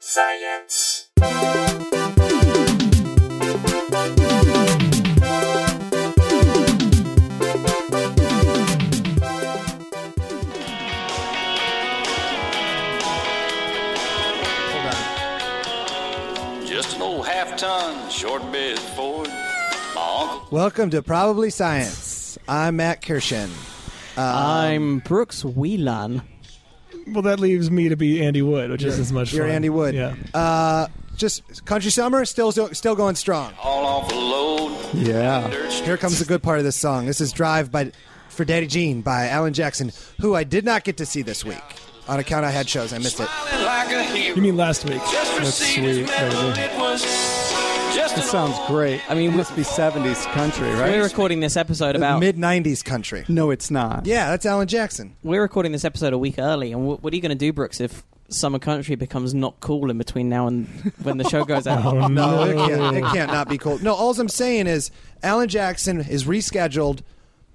science. Hold on. Just an old half ton, short bed Ford. My uncle Welcome to Probably Science. I'm Matt Kirshen. I'm Brooks Whelan. Well, that leaves me to be Andy Wood, which isn't as much You're fun. Andy Wood. Yeah. Uh, just country summer, still still going strong. all off the load. Yeah. Dirt streets. Here comes the good part of this song. This is Drive by for Daddy Jean by Alan Jackson, who I did not get to see this week on account I had shows. I missed it. Smiling like a hero. You mean last week? just That's received sweet, his medal. baby. It was just That an sounds old great. I mean, it must be 70s country, We're right? recording this episode about. Mid 90s country. No, it's not. Yeah, that's Alan Jackson. we're recording this episode a week early, and wh- what are you going to do, Brooks, if summer country becomes not cool in between now and when the show goes out? No, it can't, it can't not be cold. No, all I'm saying is Alan Jackson is rescheduled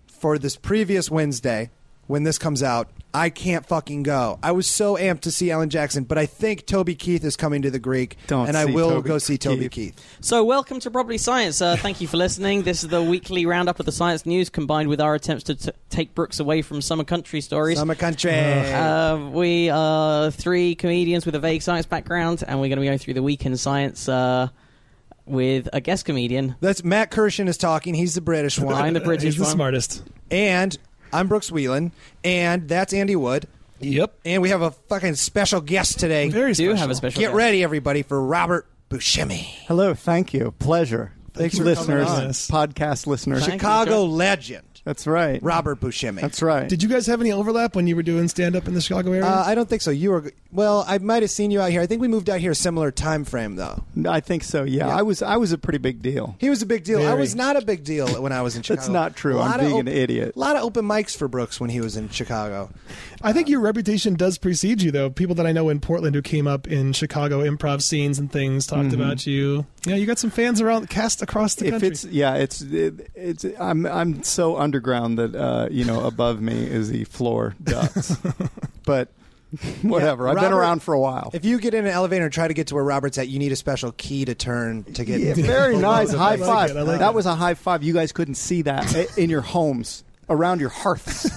for this previous Wednesday when this comes out. I can't fucking go. I was so amped to see Alan Jackson, but I think Toby Keith is coming to the Greek, Don't and I see will Toby go see Toby Keith. Keith. so, welcome to Probably Science. Uh, thank you for listening. This is the weekly roundup of the science news, combined with our attempts to t- take Brooks away from summer country stories. Summer country. Uh, we are three comedians with a vague science background, and we're going to be going through the week in science uh, with a guest comedian. That's Matt Kirshen is talking. He's the British one. I'm the British He's the one. smartest. and I'm Brooks Whelan, and that's Andy Wood, Yep. and we have a fucking special guest today. Very do special. have a special Get guest. ready, everybody, for Robert Buscemi. Hello, thank you. Pleasure. Thanks for listeners, coming on. podcast listeners. Thank- you, Chicago sir. legend, That's right. Robert Buscemi. That's right. Did you guys have any overlap when you were doing stand up in the Chicago area? Uh, I don't think so. You were well. I might have seen you out here. I think we moved out here a similar time frame, though. I think so. Yeah. I was I was a pretty big deal. He was a big deal. I Very. was not a big deal when I was in Chicago. That's not true. I'm Lot of being op- an idiot. A lot of open mics for Brooks when he was in Chicago. I think your reputation does precede you, though. People that I know in Portland who came up in Chicago improv scenes and things talked Mm-hmm. about you. Yeah, you got some fans around, cast across the If country. it's yeah, it's it, it's I'm I'm so underground that uh, you know above me is the floor ducts, but whatever. I've been Robert- around for a while. If you get in an elevator and try to get to where Robert's at, you need a special key to turn to get. Yeah, very nice. I High like five. it, I like that it. was a high five. You guys couldn't see that i- in your homes, around your hearths.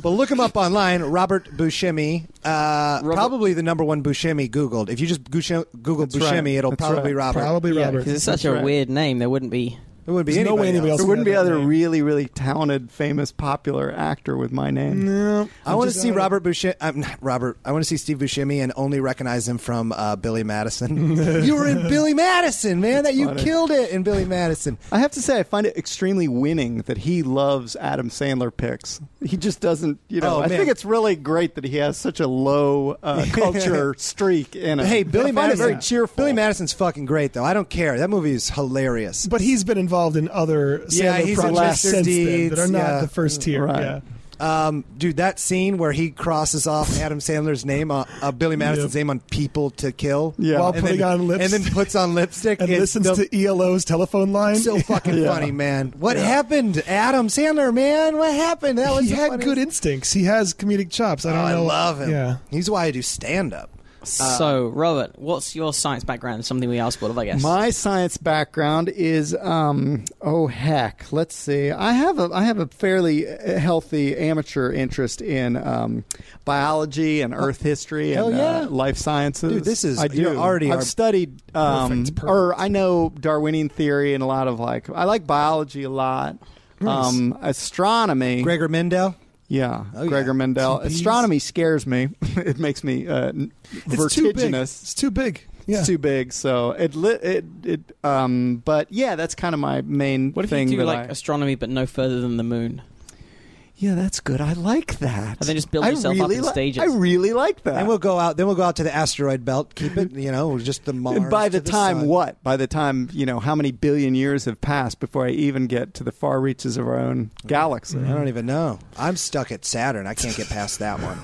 But look him up online, Robert Buscemi. Uh, Probably the number one Buscemi Googled. If you just Gush- Google That's Buscemi, right. it'll That's probably right. Robert. Probably Yeah, Robert. Because it's That's such a right. weird name, there wouldn't be. It wouldn't be There's no anybody way anybody else. else There wouldn't be Another other name. really, really talented, famous, popular actor with my name. No, I I'm want to just see out of- Robert Buscemi. Um, not Robert, I want to see Steve Buscemi and only recognize him from uh, Billy Madison. you were in Billy Madison, man. That you funny. killed it in Billy Madison. I have to say, I find it extremely winning that he loves Adam Sandler picks. He just doesn't, you know. Oh, I man. think it's really great that he has such a low uh, culture streak in it. Hey, Billy I find it Madison. very cheerful. Billy Madison's fucking great, though. I don't care. That movie is hilarious. But he's been involved in other Yeah, Sandler he's in projects Mr. since then that Deeds, are not yeah. the first tier. Right. Yeah. Um, dude, that scene where he crosses off Adam Sandler's name, on, uh, Billy Madison's name on "People to Kill," Yeah. While and putting then, on and lipstick. then puts on lipstick And is listens the- to ELO's telephone line. so fucking Yeah. funny, man. What happened, Adam Sandler, man? What happened? That was he the had funniest- good instincts. He has comedic chops. I Oh, don't I know. love him. Yeah. he's why I do stand up. Uh, so, Robert, what's your science background? Something we asked all of, I guess. My science background is um, oh heck, let's see. I have a I have a fairly uh, healthy amateur interest in um, biology and Earth history Oh, Hell and yeah. uh, life sciences. Dude, this is- I do. you're already I've our- studied um, Perfect, perfect. or I know Darwinian theory and a lot of like I like biology a lot. Um, astronomy. Gregor Mendel. Yeah, Oh, yeah. Gregor Mendel. Peas. Astronomy scares me. it makes me uh, n- It's too big. vertiginous. It's too big. Yeah. It's too big, so it lit it it. Um, but yeah, that's kind of my main what if thing. you do that like I- astronomy, but no further than the moon? yeah, that's good. I like that. And then just build I yourself up really in li- stages. I really like that. And we'll go out. Then we'll go out to the asteroid belt. Keep it, you know, just the Mars. And by to the time sun. what? By the time you know how many billion years have passed before I even get to the far Mm-hmm. reaches of our own galaxy. I don't even know. I'm stuck at Saturn. I can't get past that one.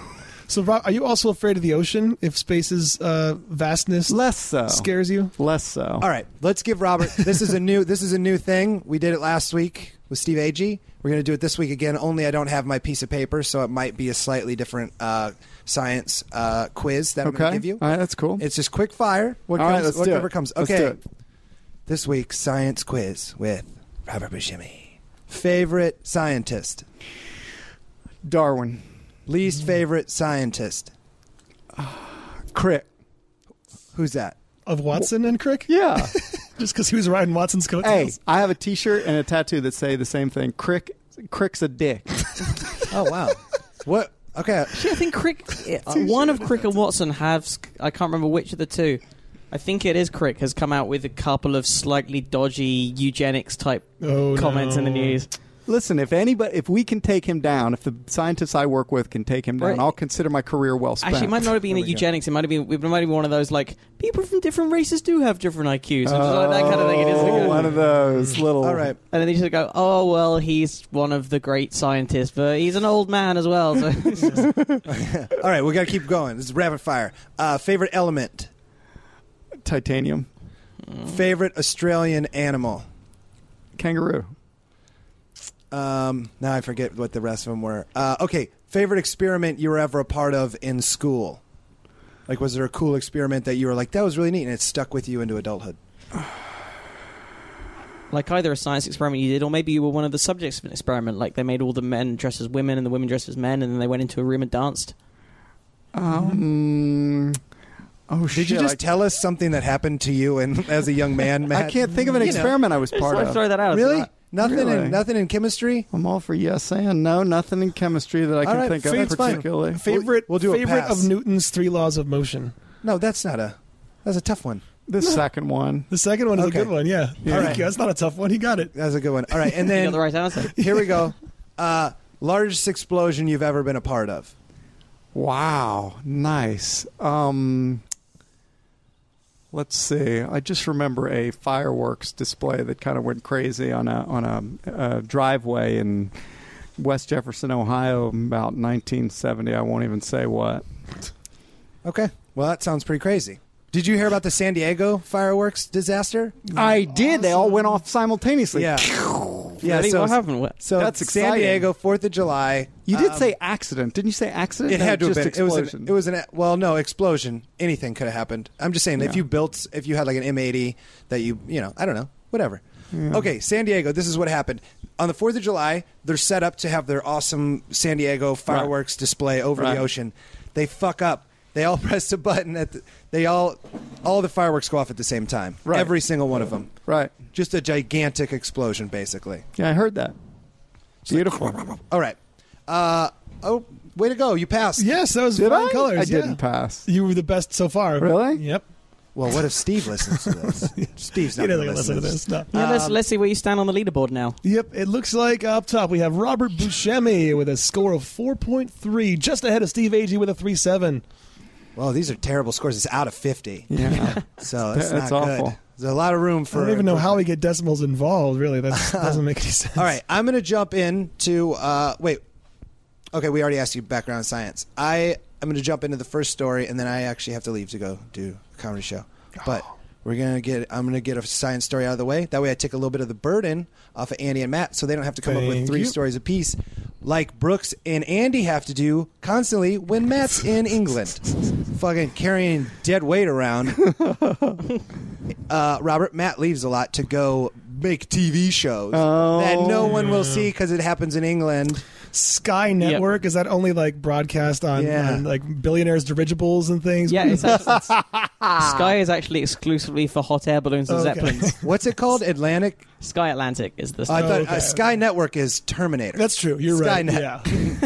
So, Rob, are you also afraid of the ocean if space's uh, vastness Less so. scares you? Less so. All right, let's give Robert. This is a new. this is a new thing. We did it last week with Steve Agee. We're going to do it this week again. Only I don't have my piece of paper, so it might be a slightly different uh, science uh, quiz that I'm going Okay. to give you. All right, that's cool. It's just quick fire. What All right, comes, let's do it. whatever comes. Let's Okay. do it. This week's science quiz with Robert Buscemi. Favorite scientist. Darwin. Mm. Least favorite scientist. Crick. Who's that? Of Watson and Crick? Yeah. Just because he was riding Watson's hey, coattails? I have a T-shirt and a tattoo that say the same thing. Crick. Crick's a dick. Oh wow. what? Okay. I think Crick, uh, one of Crick and Watson have, s- I can't remember which of the two. I think it is Crick has come out with a couple of slightly dodgy eugenics type Oh, comments in the no. news. Listen, if anybody, if we can take him down, if the scientists I work with can take him down, Right. I'll consider my career well spent. Actually, it might not have been a we go. eugenics. It might have been it might have been one of those like people from different races do have different IQs. and just like that kind of thing. It is Mm. Oh, one of those little. All right. and then they just go, "Oh well, he's one of the great scientists, but he's an old man as well." So it's just- All right. We got to keep going. This is rapid fire. Uh, favorite element. Titanium. Favorite Australian animal. Kangaroo. Um, now I forget what the rest of them were. Uh, okay, favorite experiment you were ever a part of in school? Like, was there a cool experiment that you were like, that was really neat, and it stuck with you into adulthood? like either a science experiment you did, or maybe you were one of the subjects of an experiment. Like they made all the men dress as women and the women dressed as men, and then they went into a room and danced. Uh-huh. Um. Oh shit! Did you just I, tell us something that happened to you and as a young man, I Matt? can't think of an You know. experiment I was part I of. throw that out. Really? It's nothing Really? in nothing in chemistry. I'm all for yes and no. Nothing in chemistry that I All can right, think of that's fine. particularly. Favorite, We'll- we'll do a favorite pass. of Newton's three laws of motion. No, that's not a. That's a tough one. The second one. The second one is Okay. a good one, yeah. Yeah. Thank Alright. you. That's not a tough one. He got it. That's a good one. All right, and not- You then got the right answer. here we go. Uh, largest explosion you've ever been a part of? Wow, nice. Um, let's see. I just remember a fireworks display that kind of went crazy on a on a, a driveway in West Jefferson, Ohio, about 1970. I won't even say what. Okay, well that sounds pretty crazy. Did you hear about the San Diego fireworks disaster? I did. They all went off simultaneously. Yeah. yeah. Really? So, what happened? What? so That's San exciting. Diego, Fourth of July. You did Um, say accident, didn't you? Say accident. it No, had to have just been. Explosion. It was an. It was an. Well, no, explosion. Anything could have happened. I'm just saying, if Yeah. you built, if you had like an M80 that you, you know, I don't know, whatever. Okay, San Diego. This is what happened on the Fourth of July. They're set up to have their awesome San Diego fireworks display over Right. the ocean. They fuck up. They all press a button at. The, they all, all the fireworks go off at the same time. Right. Every single one of them. right. Just a gigantic explosion, basically. Yeah, I heard that. Beautiful. All right. Uh, oh, way to go. You passed. Yes, that was Did fine I? colors. I yeah. didn't pass. You were the best so far. Really? Yep. Well, what if Steve listens to this? Steve's You not don't going think I to listen to this. No. Uh, Yeah, let's, let's see where you stand on the leaderboard now. Yep, it looks like up top we have Robert Buscemi with a score of 4.3, just ahead of Steve Agee with a 3.7. Well, these are terrible scores. It's out of 50. Yeah. So it's That's not good. awful. There's a lot of room for. I don't even know how we get decimals involved, really. That doesn't make any sense. All right. I'm going to jump in to. Uh, wait. Okay, we already asked you background science. I, I'm going to jump into the first story, and then I actually have to leave to go do a comedy show. But. Oh. We're gonna get. I'm gonna get a science story out of the way. That way, I take a little bit of the burden off of Andy and Matt, so they don't have to come up with Thank three you. stories apiece, like Brooks and Andy have to do constantly when Matt's in England, fucking carrying dead weight around. uh, Robert Matt leaves a lot to go make TV shows Oh. that no one will see because it happens in England. Sky Network, is that only like broadcast on, Yeah. on, like billionaires' dirigibles and things? Yeah, it's actually, Sky is actually exclusively for hot air balloons and Okay. zeppelins. What's it called? Atlantic. Sky Atlantic is the. I stuff. thought okay. uh, Sky Network is Terminator. That's true. You're right. Skynet.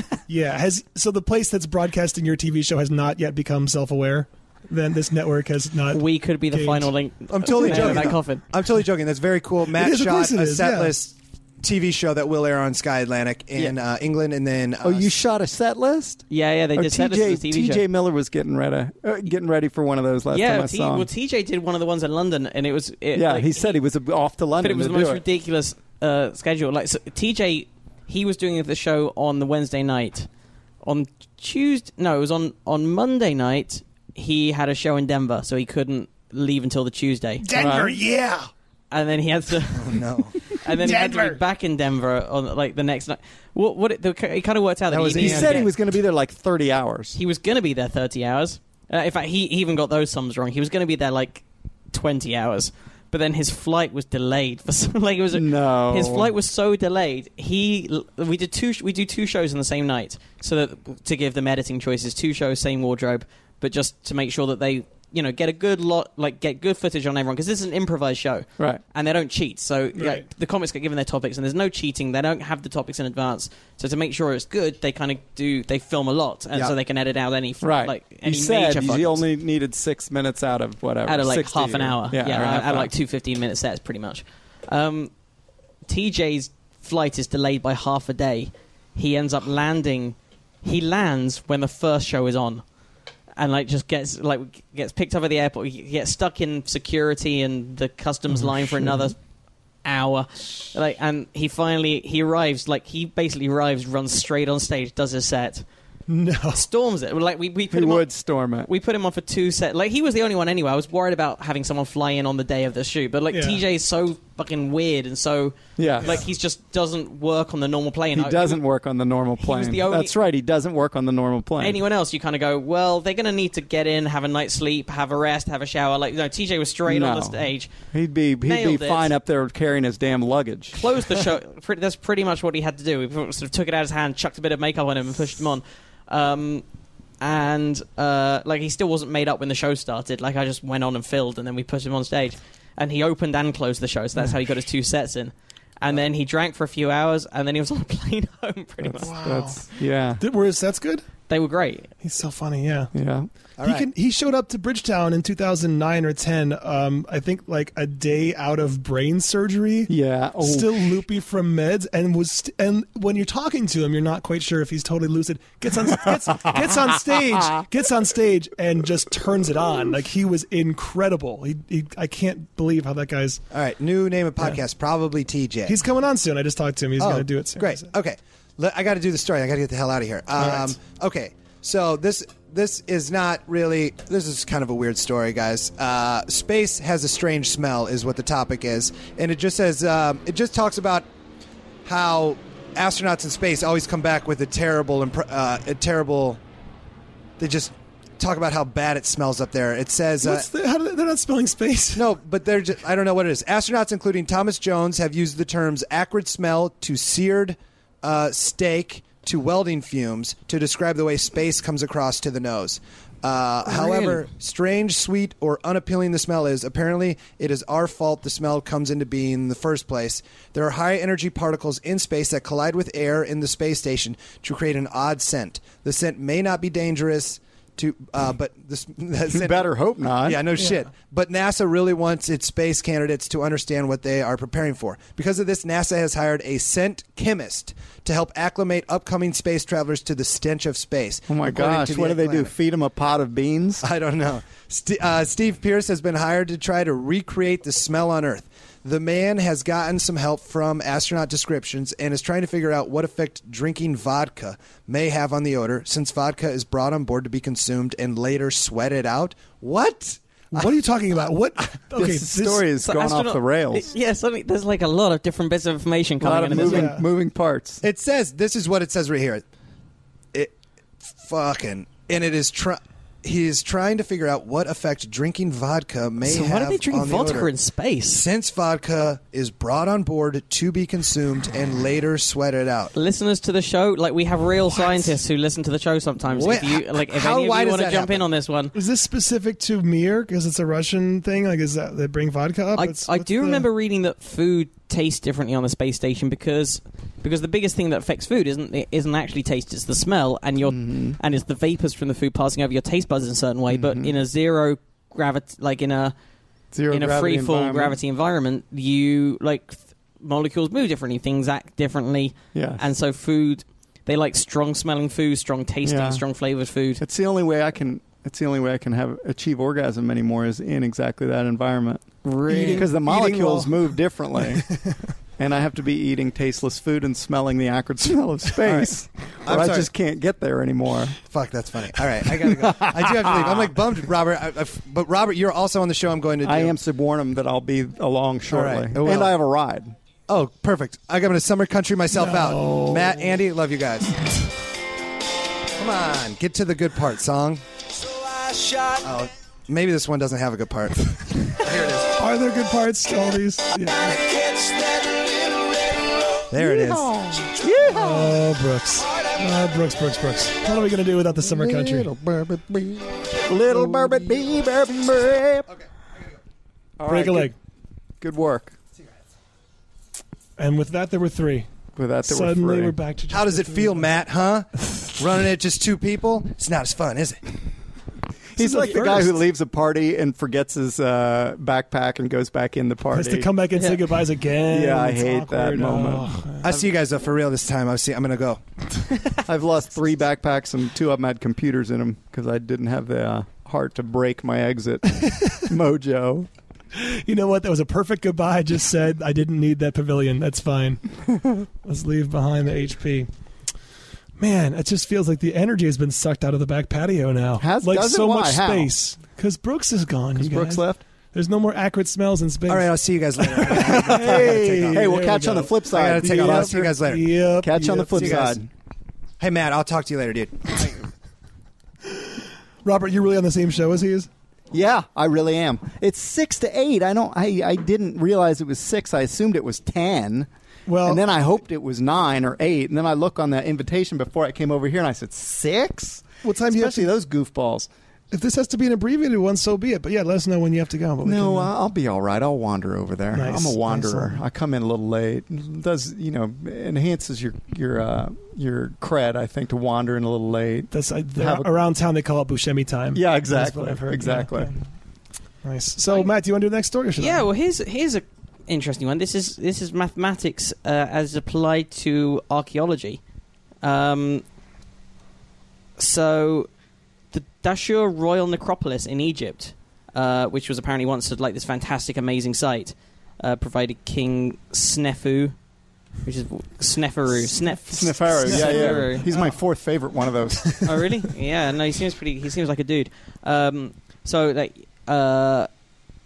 Yeah. yeah. Has so the place that's broadcasting your TV show has not yet become self-aware. Then this network has not. we could be the Games. final link. I'm totally nail in joking. That though. coffin. I'm totally joking. That's very cool. Matt is, of shot course it a is, set yeah. list TV show that will air on Sky Atlantic in Yeah. uh, England, and then uh, Oh, you shot a set list? Yeah, yeah, they Oh, did set us to TJ, the TV TJ show. Miller was getting ready, uh, getting ready for one of those last time Yeah, I T- saw him. well, TJ did one of the ones in London, and it was it, yeah, like, he said he was off to London. but it was to the most do ridiculous uh, schedule. Like so, TJ, he was doing the show on the Wednesday night on Tuesday. No, it was on on Monday night. He had a show in Denver, so he couldn't leave until the Tuesday, Denver, Right. yeah. and then he had to. No, and then he had to Denver. be back in Denver on like the next night. What? What? It, it kind of worked out that, That was he, it. He needed to said get- he was going to be there like 30 hours. he was going to be there thirty hours. Uh, in fact, he, he even got those sums wrong. He was going to be there like twenty hours, but then his flight was delayed for some, like it was a, No. his flight was so delayed. He we did two we do two shows in the same night, so that to give them editing choices, two shows, same wardrobe, but just to make sure that they you know get a good lot like get good footage on everyone because this is an improvised show, Right. And they don't cheat, so yeah, Right. the comics get given their topics, and there's no cheating. They don't have the topics in advance, so to make sure it's good, they kind of do they film a lot, and Yeah. so they can edit out any f- Right. like any he said major he fuck-ups. only needed six minutes out of whatever. out of like 60 half an or- hour. Yeah, Yeah, or half out of hour. like two 15 minute sets, pretty much. Um, TJ's flight is delayed by half a day. He ends up landing. He lands when the first show is on, and like just gets like gets picked up at the airport. He gets stuck in security and the customs Oh, line for another hour. Like, and he finally he arrives. Like he basically arrives, runs straight on stage, does his set, No. storms it. Like we we put He him on- would storm it. we put him on for two set. Like he was the only one anyway. I was worried about having someone fly in on the day of the shoot, but like Yeah. TJ is so fucking weird and so Yeah. like he's just doesn't work on the normal plane. He I- doesn't work on the normal plane. was the only- That's right. He doesn't work on the normal plane. Anyone else, you kind of go, well, they're gonna need to get in, have a night's sleep, have a rest, have a shower. Like no, TJ was straight on the No. stage. He'd be he'd Nailed be it. fine up there carrying his damn luggage. closed the show. pretty, that's pretty much what he had to do. He sort of took it out of his hand, chucked a bit of makeup on him, and pushed him on. Um, and uh, like he still wasn't made up when the show started. Like I just went on and filled, and then we put him on stage. And he opened and closed the show, so that's how he got his two sets in. And then he drank for a few hours, and then he was on a plane home. Pretty much, Wow. That's yeah, Did- were his sets good? they were great. He's so funny, yeah. yeah. Oh All he right. can. He showed up to Bridgetown in 2009 or 10. Um, I think like a day out of brain surgery. Yeah. Oh, Still loopy from meds, and was st- and when you're talking to him, you're not quite sure if he's totally lucid. Gets on gets, gets on stage, gets on stage, and just turns it on. Like he was incredible. He, he I can't believe how that guy's. all right. New name of podcast, probably TJ. He's coming on soon. I just talked to him. He's Oh, gonna do it soon. Oh, Great. Okay. Le- I got to do the story. I got to get the hell out of here. Um, right. Okay. So this this is not really. This is kind of a weird story, guys. Uh, space has a strange smell, is what the topic is, and it just says um, it just talks about how astronauts in space always come back with a terrible and uh, a terrible. They just talk about how bad it smells up there. It says uh, What's the, how do they, they're not spelling space. no, but they're just, I don't know what it is. Astronauts, including Thomas Jones, have used the terms acrid smell to seared uh, steak to welding fumes to describe the way space comes across to the nose. Uh, however, strange, sweet, or unappealing the smell is, apparently it is our fault the smell comes into being in the first place. There are high energy particles in space that collide with air in the space station to create an odd scent. The scent may not be dangerous to, uh, but this, that you scent- better hope not. yeah, no shit. But NASA really wants its space candidates to understand what they are preparing for. Because of this, NASA has hired a scent chemist to help acclimate upcoming space travelers to the stench of space. Oh my according gosh! to The What do they do? Atlantic. Feed him a pot of beans? I don't know. St- uh, Steve Pierce has been hired to try to recreate the smell on Earth. The man has gotten some help from astronaut descriptions and is trying to figure out what effect drinking vodka may have on the odor, since vodka is brought on board to be consumed and later sweated out. What? What are you talking about? What? Okay, this story has So gone astronaut- off the rails. Yeah, suddenly there's like a lot of different bits of information a lot coming of in. at this moving point. Yeah. moving parts. It says this is what it says right here. It fucking and it is try. He is trying to figure out what effect drinking vodka may So have. why do they drink on the vodka odor. in space? Since vodka is brought on board to be consumed and later sweated out. listeners to the show like we have real scientists who listen to the show sometimes What- if you like if how- any why of you does want to that jump happen? in on this one Is this specific to Mir because it's a Russian thing? Like, is that they bring vodka up? I, It's- I what's do the- remember reading that food tastes differently on the space station because because the biggest thing that affects food isn't it isn't actually taste it's the smell and Mm. your and it's the vapors from the food passing over your taste buds in a certain way but in a zero gravity like in a Zero in a gravity free fall environment. gravity environment you like th- molecules move differently things act differently Yeah. and so food they like strong smelling food strong tasting Yeah. strong flavored food It's the only way I can That's the only way I can have achieve orgasm anymore is in exactly that environment Really? because the Eating while- molecules move differently. And I have to be eating tasteless food and smelling the acrid smell of space. I'm or I sorry. just can't get there anymore. Fuck, that's funny. All right, I gotta go. I do have to leave. I'm like bummed, Robert. I, I f- but Robert, you're also on the show. I'm going to. Do. I am subornum that I'll be along All shortly. right. And Well- I have a ride. Oh, perfect. I'm going to summer country myself out. Matt, Andy, love you guys. Come on, get to the good part, song. Oh, maybe this one doesn't have a good part. Are there good parts to all these? Yeah. There it is. Oh, Brooks. Oh, Brooks, Brooks, Brooks. What are we going to do without the summer country? Little bourbon bee, bourbon bee. Okay. Break a leg. Good, good work. And with that, there were three. With that, there were Suddenly, three. we're back to just How does the it three. feel, Matt? Huh? Running it just two people? It's not as fun, is it? This He's is like the guy first. who leaves a party and forgets his uh, backpack and goes back in the party. Has to come back and say Yeah. goodbyes again. Yeah, I It's hate that awkward. moment. Oh. I see you guys though for real this time. I see. I'm gonna go. I've lost three backpacks and two of them had computers in them because I didn't have the uh, heart to break my exit mojo. You know what? That was a perfect goodbye. I just said I didn't need that pavilion. That's fine. Let's leave behind the HP. Man, it just feels like the energy has been sucked out of the back patio now. Has- like does it? so Why? much How? space because Brooks is gone. Because Brooks left. There's no more acrid smells in space. All right, I'll see you guys later. I Hey, Hey, we'll there catch we on go. the flip gotta side. take off. I'll Yep. see you guys later. Yep. Catch on the yep. flip See you guys. side. Hey Matt, I'll talk to you later, dude. Robert, you're really on the same show as he is. Yeah, I really am. It's six to eight. I don't. I, I didn't realize it was six. I assumed it was ten. Well- and then I hoped it was nine or eight. And then I look on the invitation before I came over here, and I said six. What time do you have Especially those goofballs. If this has to be an abbreviated one, so be it. But yeah, let us know when you have to go. But we No, can, uh, I- I'll be all right. I'll wander over there. Nice, I'm a wanderer. nice. I come in a little late. Does you know enhances your your uh, your cred? I think to wander in a little late. that's I, the- have a- around town they call it Buscemi time. Yeah, That's what exactly. I've heard. Exactly. Yeah, yeah. Nice. So, Matt, do you want to do the next story? Or should Yeah, I? well, here's here's a interesting one. This is this is mathematics uh, as applied to archaeology. Um, so, the Dashur Royal Necropolis in Egypt, uh, which was apparently once like this fantastic, amazing site, uh, provided King Snefu, which is Sneferu, Snef, Sneferu, yeah, yeah. Sneferu. He's my fourth favorite one of those. oh really? Yeah. No, he seems pretty. He seems like a dude. Um, so like, uh,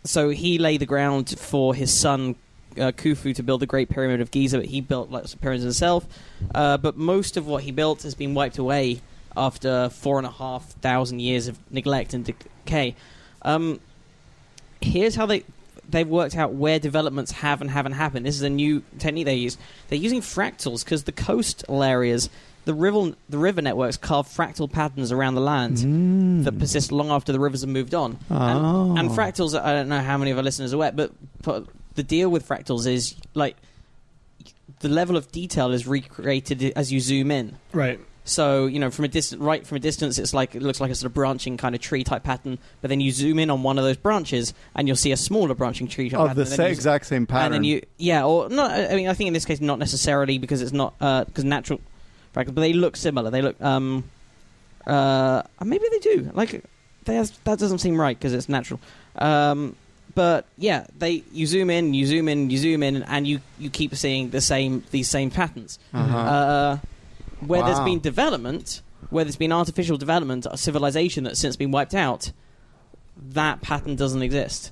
so he laid the ground for his son uh, Khufu to build the Great Pyramid of Giza, but he built lots of pyramids himself. Uh, but most of what he built has been wiped away after four and a half thousand years of neglect and decay. Um, here's how they they've worked out where developments have and haven't happened. This is a new technique they use. They're using fractals because the coastal areas, the river the river networks carve fractal patterns around the land that persist long after the rivers have moved on. Oh. And, and fractals, I don't know how many of our listeners are aware, but, but the deal with fractals is like the level of detail is recreated as you zoom in. Right. So you know, from a distance, right from a distance, it's like it looks like a sort of branching kind of tree type pattern. But then you zoom in on one of those branches, and you'll see a smaller branching tree type of pattern. the and then sa- you- exact same pattern. And then you, yeah, or not. I mean, I think in this case, not necessarily because it's not because natural fractals, but they look similar. They look, um, uh, maybe they do. Like they has, that doesn't seem right because it's natural. Um, but yeah, they you zoom in, you zoom in, you zoom in, and you you keep seeing the same these same patterns. Uh-huh. Uh, where there's Wow. been development, where there's been artificial development, a civilization that's since been wiped out, that pattern doesn't exist.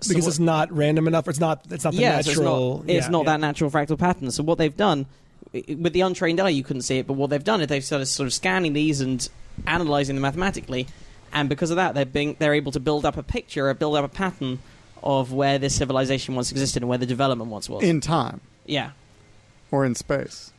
So Because what- it's not random enough. It's not. It's not the yeah, so natural. it's not, it's yeah, not yeah. that natural fractal pattern. So what they've done i- i- with the untrained eye, you couldn't see it, but what they've done is they've started sort of scanning these and analyzing them mathematically, and because of that, they're being they're able to build up a picture, or build up a pattern of where this civilization once existed and where the development once was. in time yeah. or in space.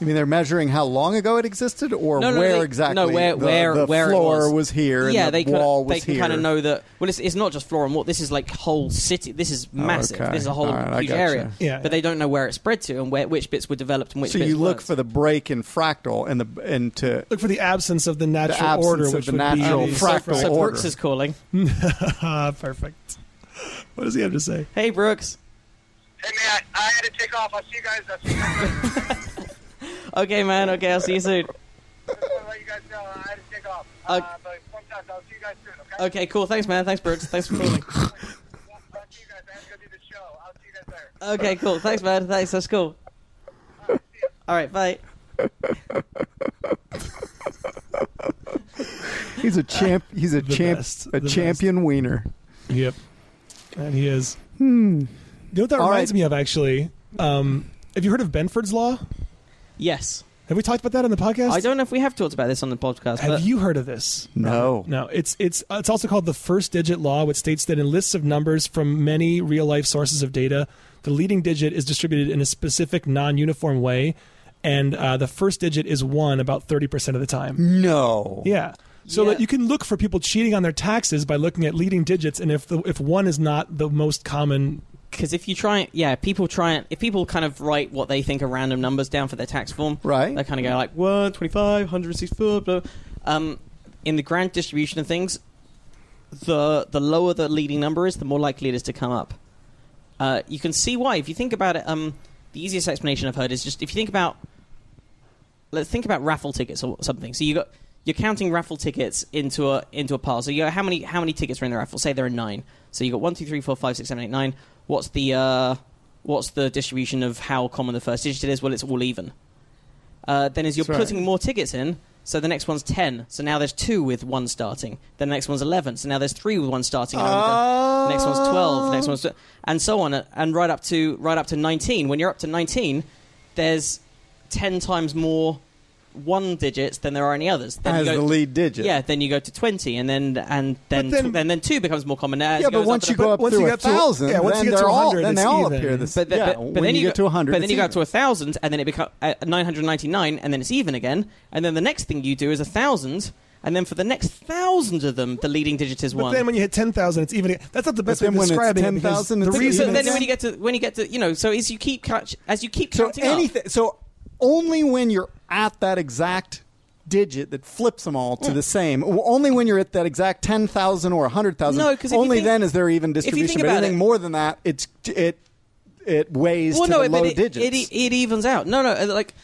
I mean, they're measuring how long ago it existed, or No, no, where they- exactly. no, where- the, where- the where it floor was. here. yeah, and they the wall can, they was can here. kind of know that. Well, it's, it's not just floor and wall. This is like whole city. This is massive. okay. This is a whole All right, I huge gotcha. area. Yeah, but yeah. they don't know where it spread to and where which bits were developed and which. So bits you look weren't. for the break in fractal and the and to Look for the absence of the natural absence order, of which the would natural be fractal So order. Brooks is calling. Ah, perfect. What does he have to say? Hey, Brooks. Hey man, I had to take off. I'll see you guys. I'll see you guys. Okay, man. Okay, I'll see you soon. I'll let you guys know. I had to take off. Uh, Uh, but fun guys. I'll see you guys soon, okay? Okay, cool. Thanks, man. Thanks, Brooks. Thanks for calling. I'll see you guys. I have to go do the show. I'll see you guys there. Okay, cool. Thanks, man. Thanks. That's cool. All right, bye. He's a champ. He's a The champ. best, A the champion wiener. Yep. And he is. Hmm. You know what that All reminds right. me of, actually? Um, have you heard of Benford's Law? Yes. Have we talked about that on the podcast? I don't know if we have talked about this on the podcast. Have but you heard of this? No. No, it's it's it's also called the first digit law, which states that in lists of numbers from many real life sources of data, the leading digit is distributed in a specific non-uniform way, and uh, the first digit is one about thirty percent of the time. Mm. No. Yeah. So Yeah. that you can look for people cheating on their taxes by looking at leading digits, and if the, if one is not the most common, because if you try, yeah, people try it. If people kind of write what they think are random numbers down for their tax form, Right. They kind of go like 1, 25, 164, blah. Um, in the grand distribution of things, the the lower the leading number is, the more likely it is to come up. Uh, you can see why if you think about it. Um, the easiest explanation I've heard is just if you think about let's think about raffle tickets or something. So you got you're counting raffle tickets into a into a pile. So you go how many how many tickets are in the raffle? Say there are nine. So you got one, two, three, four, five, six, seven, eight, nine. What's the uh, what's the distribution of how common the first digit is? Well, it's all even. Uh, then as you're That's right. putting more tickets in, so the next one's ten. So now there's two with one starting. Then the next one's eleven. So now there's three with one starting. and Oh. Next one's twelve. Next one's and so on uh, and right up to right up to nineteen. When you're up to nineteen, there's ten times more one digits than there are any others. Then As you go, the lead digit. yeah, then you go to twenty, and then and then But then- then, then, then two becomes more common. As Yeah, it but goes once up you and up. go up once you through a get to- yeah, thousand, once then you get to they're all 100, then they it's all even. appear the same. But, the- yeah, but, but when then you, get to hundred, But then you go up to a. a thousand, and then it becomes uh, nine hundred ninety-nine, and then it's even again. And then the next thing you do is a thousand, and then for the next thousand of them, the leading digit is but one. then when you hit ten thousand, it's even. That's not the best way then of when it's describing it because 10,000, the it's reason so even. then it's- when you get to when you get to you know, so as you keep catch, as you keep So counting up, anything. So only when you're at that exact digit that flips them all to the same. w- Only when you're at that exact ten thousand or hundred thousand. No, 'cause if you only think- then is there even if you think distribution. But about anything it- more than that, it's it it weighs well, to no, the but low it, e digits. It, it evens out. No, no, like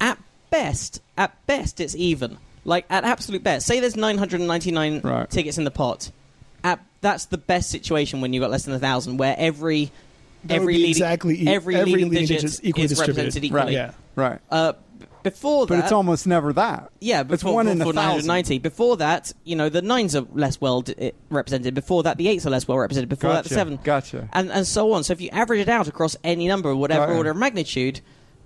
at best, at best, it's even. Like at absolute best, say there's 999 Right. tickets in the pot. At that's the best situation when you've got less than a thousand, where every That would every be leading, exactly e- every, every leading, leading digit digit's equally is represented distributed. equally. Right. yeah. right. Uh, b- before that, but it's almost never that. yeah, it's before, one in before a thousand. 990. Before that, you know, the nines are less well d- eh, represented. Before that, the eights are less well represented. Before that, Gotcha, the seven. gotcha. And, and so on. So if you average it out across any number, whatever Gotcha. order of magnitude,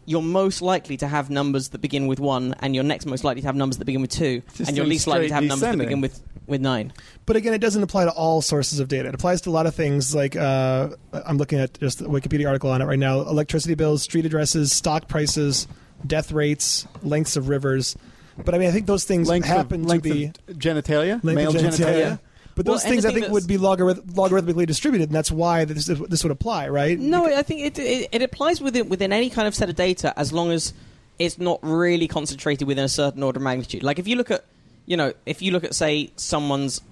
you're most likely to have numbers that begin with one, and you're next most likely to have numbers that begin with two, Just and you're in least likely to straight have numbers that begin descending. with, with nine. But again, it doesn't apply to all sources of data. It applies to a lot of things like uh, I'm looking at just a Wikipedia article on it right now electricity bills, street addresses, stock prices, death rates, lengths of rivers. But I mean, I think those things Length of, happen length to be of genitalia, length male of genitalia. But Well, those things I anything think would that's- be logarith- logarithmically distributed, and that's why this, this would apply, right? No, I think it, it, it applies within, within any kind of set of data as long as it's not really concentrated within a certain order of magnitude. Like if you look at, you know, if you look at say someone's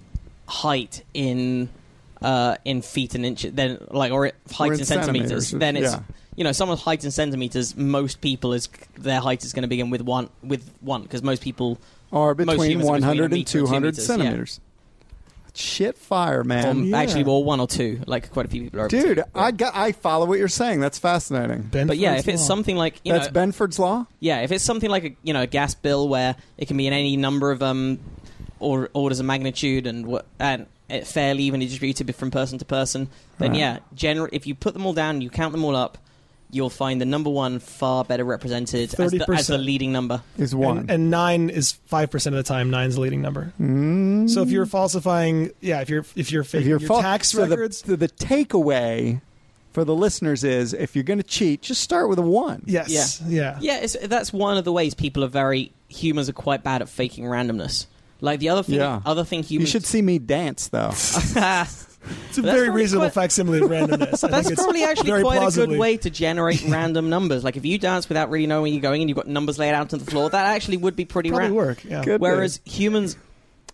height in uh, in feet and inches, then like or it- height Or in, in centimeters, centimeters, then it's yeah. you know someone's height in centimeters. Most people is their height is going to begin with one with one because most people Or most between humans are 100 a and meter or two 200 meters, yeah. centimeters. Shit fire, Or man. Yeah. Actually, well, one or two. Like quite a few people are. over Dude, two. I, got, I follow what you're saying. That's fascinating. But yeah, if it's something. something like you That's know, Benford's Law? Yeah, if it's something like a you know a gas bill where it can be in any number of um or orders of magnitude and what and it fairly evenly distributed from person to person, then Right. yeah, general if you put them all down, you count them all up, you'll find the number one far better represented as the, as the 30%. leading number. Is one. And, and nine is five percent of the time. Nine's the leading number. So if you're falsifying, yeah, if you're if you're faking Mm. if you're your fol- tax so the- records, The, the, takeaway for the listeners is if you're going to cheat, just start with a one. yes, yeah, Yeah, it's, that's one of the ways people are very humans are quite bad at faking randomness. Like the other thing, Yeah. other thing humans You should see me dance, though. it's a That's very probably reasonable quite- facsimile of randomness. I think That's it's probably actually very quite a plausibly- good way to generate random numbers. Like if you dance without really knowing where you're going and you've got numbers laid out on the floor, that actually would be pretty Probably random. work. Yeah. Good. Whereas humans,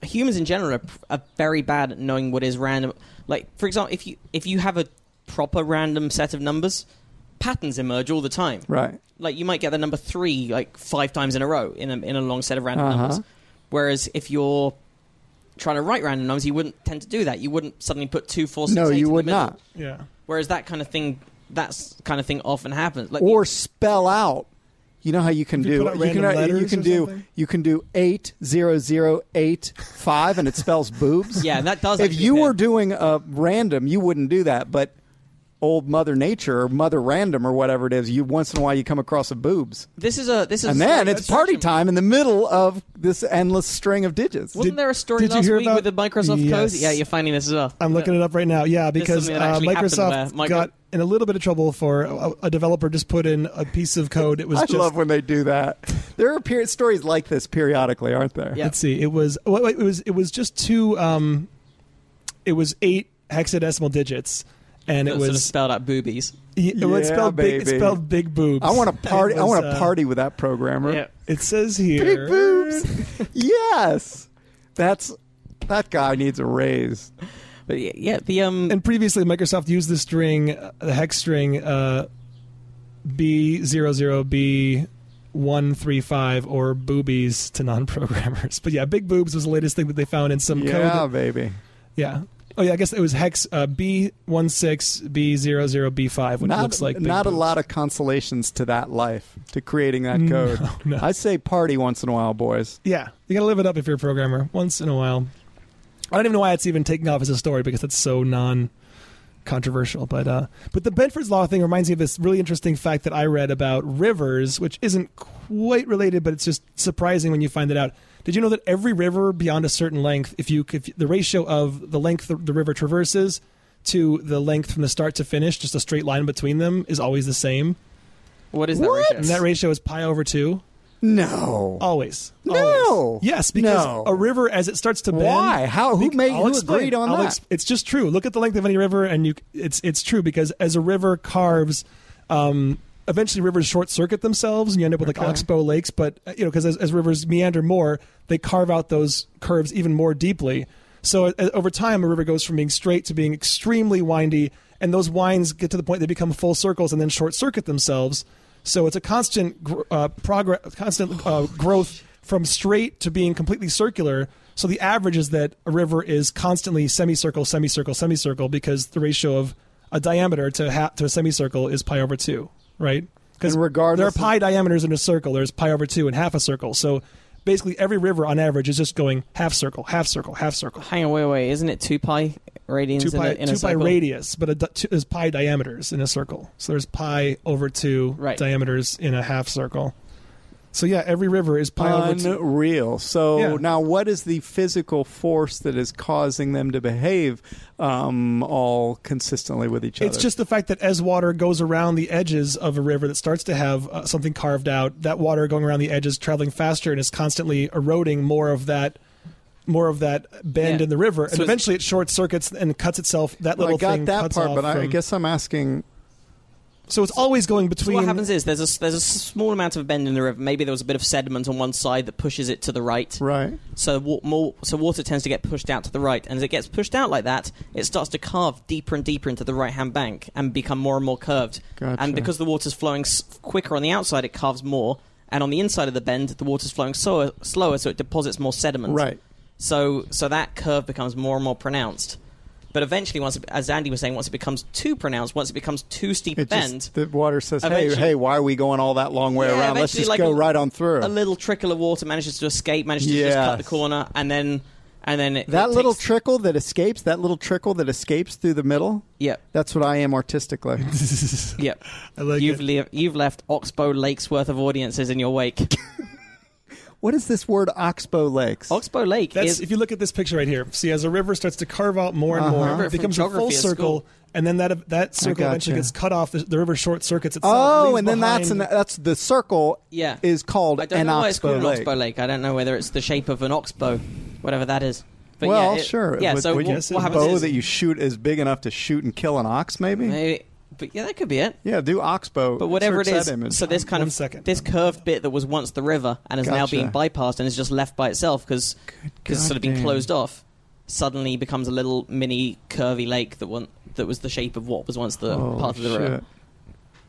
humans in general are, are very bad at knowing what is random. Like for example, if you if you have a proper random set of numbers, patterns emerge all the time. right. Like you might get the number three like five times in a row in a in a long set of random Uh-huh. numbers. Whereas if you're trying to write random numbers, you wouldn't tend to do that. You wouldn't suddenly put two, four, six, No, eight in you the would middle. not. Yeah. Whereas that kind of thing, that kind of thing often happens. Like Or spell out. You know how you can If you do put out you can random uh, you letters can or do something? you can do eight zero zero eight five and it spells boobs. Yeah, that does If actually you were appear. doing a random, you wouldn't do that. But old Mother Nature or Mother Random or whatever it is, you once in a while you come across a boobs, this is a this is and a then story it's about party instruction. time in the middle of this endless string of digits. Wasn't Did- there a story did you last hear week about- with the Microsoft code? Yes. Yeah, you're finding this as well. I'm looking it up right now. Yeah, because something that uh, actually happened Microsoft where Micro- got in a little bit of trouble for a, a developer just put in a piece of code. It was I just love when they do that. There are peri- stories like this periodically, aren't there? Yeah. Let's see. It was wait, wait, it was it was just two. Um, it was eight hexadecimal digits, and it That sort of was spelled out boobies. y- well, it Yeah, spelled big. It baby. spelled big boobs. I want to party. It I was, want to uh, party with that programmer. Yeah. It says here. Big boobs. yes, that's that guy needs a raise. But yeah, yeah the um And previously, Microsoft used the string, uh, the hex string, uh, B00B135 or boobies to non-programmers. But yeah, big boobs was the latest thing that they found in some code. Yeah, that- baby. Yeah. Oh yeah, I guess it was hex uh, B16B00B5, which Not, looks like big not a boobs. lot of consolations to that life, to creating that code. no. I say party once in a while, boys. Yeah, you gotta live it up if you're a programmer once in a while. I don't even know why it's even taking off as a story because it's so non controversial but uh but the Bedford's law thing reminds me of this really interesting fact that I read about rivers which isn't quite related but it's just surprising when you find it out did you know that every river beyond a certain length if you if the ratio of the length the, the river traverses to the length from the start to finish just a straight line between them is always the same what is that and ratio? that ratio is pi over 2 No. Always. No. Always. Yes, because No. a river as it starts to bend. Why? How- who Bec- made- I'll who explain. agreed on I'll that? it's just true. Look at the length of any river, and you. It's it's true because as a river carves. Um, Eventually, rivers short circuit themselves, and you end up with like oxbow lakes. But uh, you know, because as, as rivers meander more, they carve out those curves even more deeply. So uh, over time, a river goes from being straight to being extremely windy, and those winds get to the point they become full circles and then short circuit themselves. So it's a constant gr- uh, progress, constant uh, growth from straight to being completely circular. So the average is that a river is constantly semicircle, semicircle, semicircle because the ratio of a diameter to ha- to a semicircle is pi over two, right? Because And regardless there are of- pi diameters in a circle. There's pi over two and half a circle. So basically, every river on average is just going half circle, half circle, half circle Hang on, wait, wait. Isn't it two pi radians two in pi, a, in a two pi circle? radius, but a, di- two, is pi diameters in a circle. So there's pi over two Right. diameters in a half circle. So yeah, every river is pi over two. Unreal. So Yeah. now, what is the physical force that is causing them to behave um, all consistently with each other? It's just the fact that as water goes around the edges of a river that starts to have uh, something carved out, that water going around the edges traveling faster and is constantly eroding more of that more of that bend Yeah. in the river and So it's- eventually it short circuits and cuts itself that Well, little I got thing that cuts part, off but I, I from- guess I'm asking. so it's always going So between what happens is there's a s- there's a small amount of bend in the river. Maybe there was a bit of sediment on one side that pushes it to the right. Right. So wa- more so water tends to get pushed out to the right, and as it gets pushed out like that, it starts to carve deeper and deeper into the right-hand bank and become more and more curved. Gotcha. And because the water's flowing s- quicker on the outside, it carves more, and on the inside of the bend, the water's flowing so- slower, so it deposits more sediment. Right. So so that curve becomes more and more pronounced. But eventually, once it, as Andy was saying, once it becomes too pronounced, once it becomes too steep a It bend, just the water says, "Hey, Eventually- hey, why are we going all that long way Yeah, around? Let's eventually, just like, go a- right on through." a little trickle of water manages to escape, manages to just cut the Yes. corner, and then and then it, that it little takes- trickle that escapes, that little trickle that escapes through the middle. Yep, That's what I am artistically. yep. I like you've it. le- you've left Oxbow Lake's worth of audiences in your wake. what is this word, oxbow legs? Oxbow Lake That's is if you look at this picture right here. See, as a river starts to carve out more and Remember more, it it from becomes a geography full at circle, school. and then that that circle gotcha. eventually gets cut off. The, the river short circuits itself. oh, leaves and then that's an, behind- that's the circle. yeah is called I don't an know why it's oxbow called leg. an Oxbow Lake. I don't know whether it's the shape of an oxbow, whatever that is. But well, yeah, it- sure. Yeah. Would- so would what, you- what a happens bow is that you shoot is big enough to shoot and kill an ox, maybe. maybe, but yeah, that could be it. Yeah, do oxbow. But whatever it search is, that image. so this kind One of second. this curved bit that was once the river and is now Gotcha. being bypassed and is just left by itself because it's sort of been goddamn. closed off, suddenly becomes a little mini curvy lake that one that was the shape of what was once the Oh, part of the shit. river.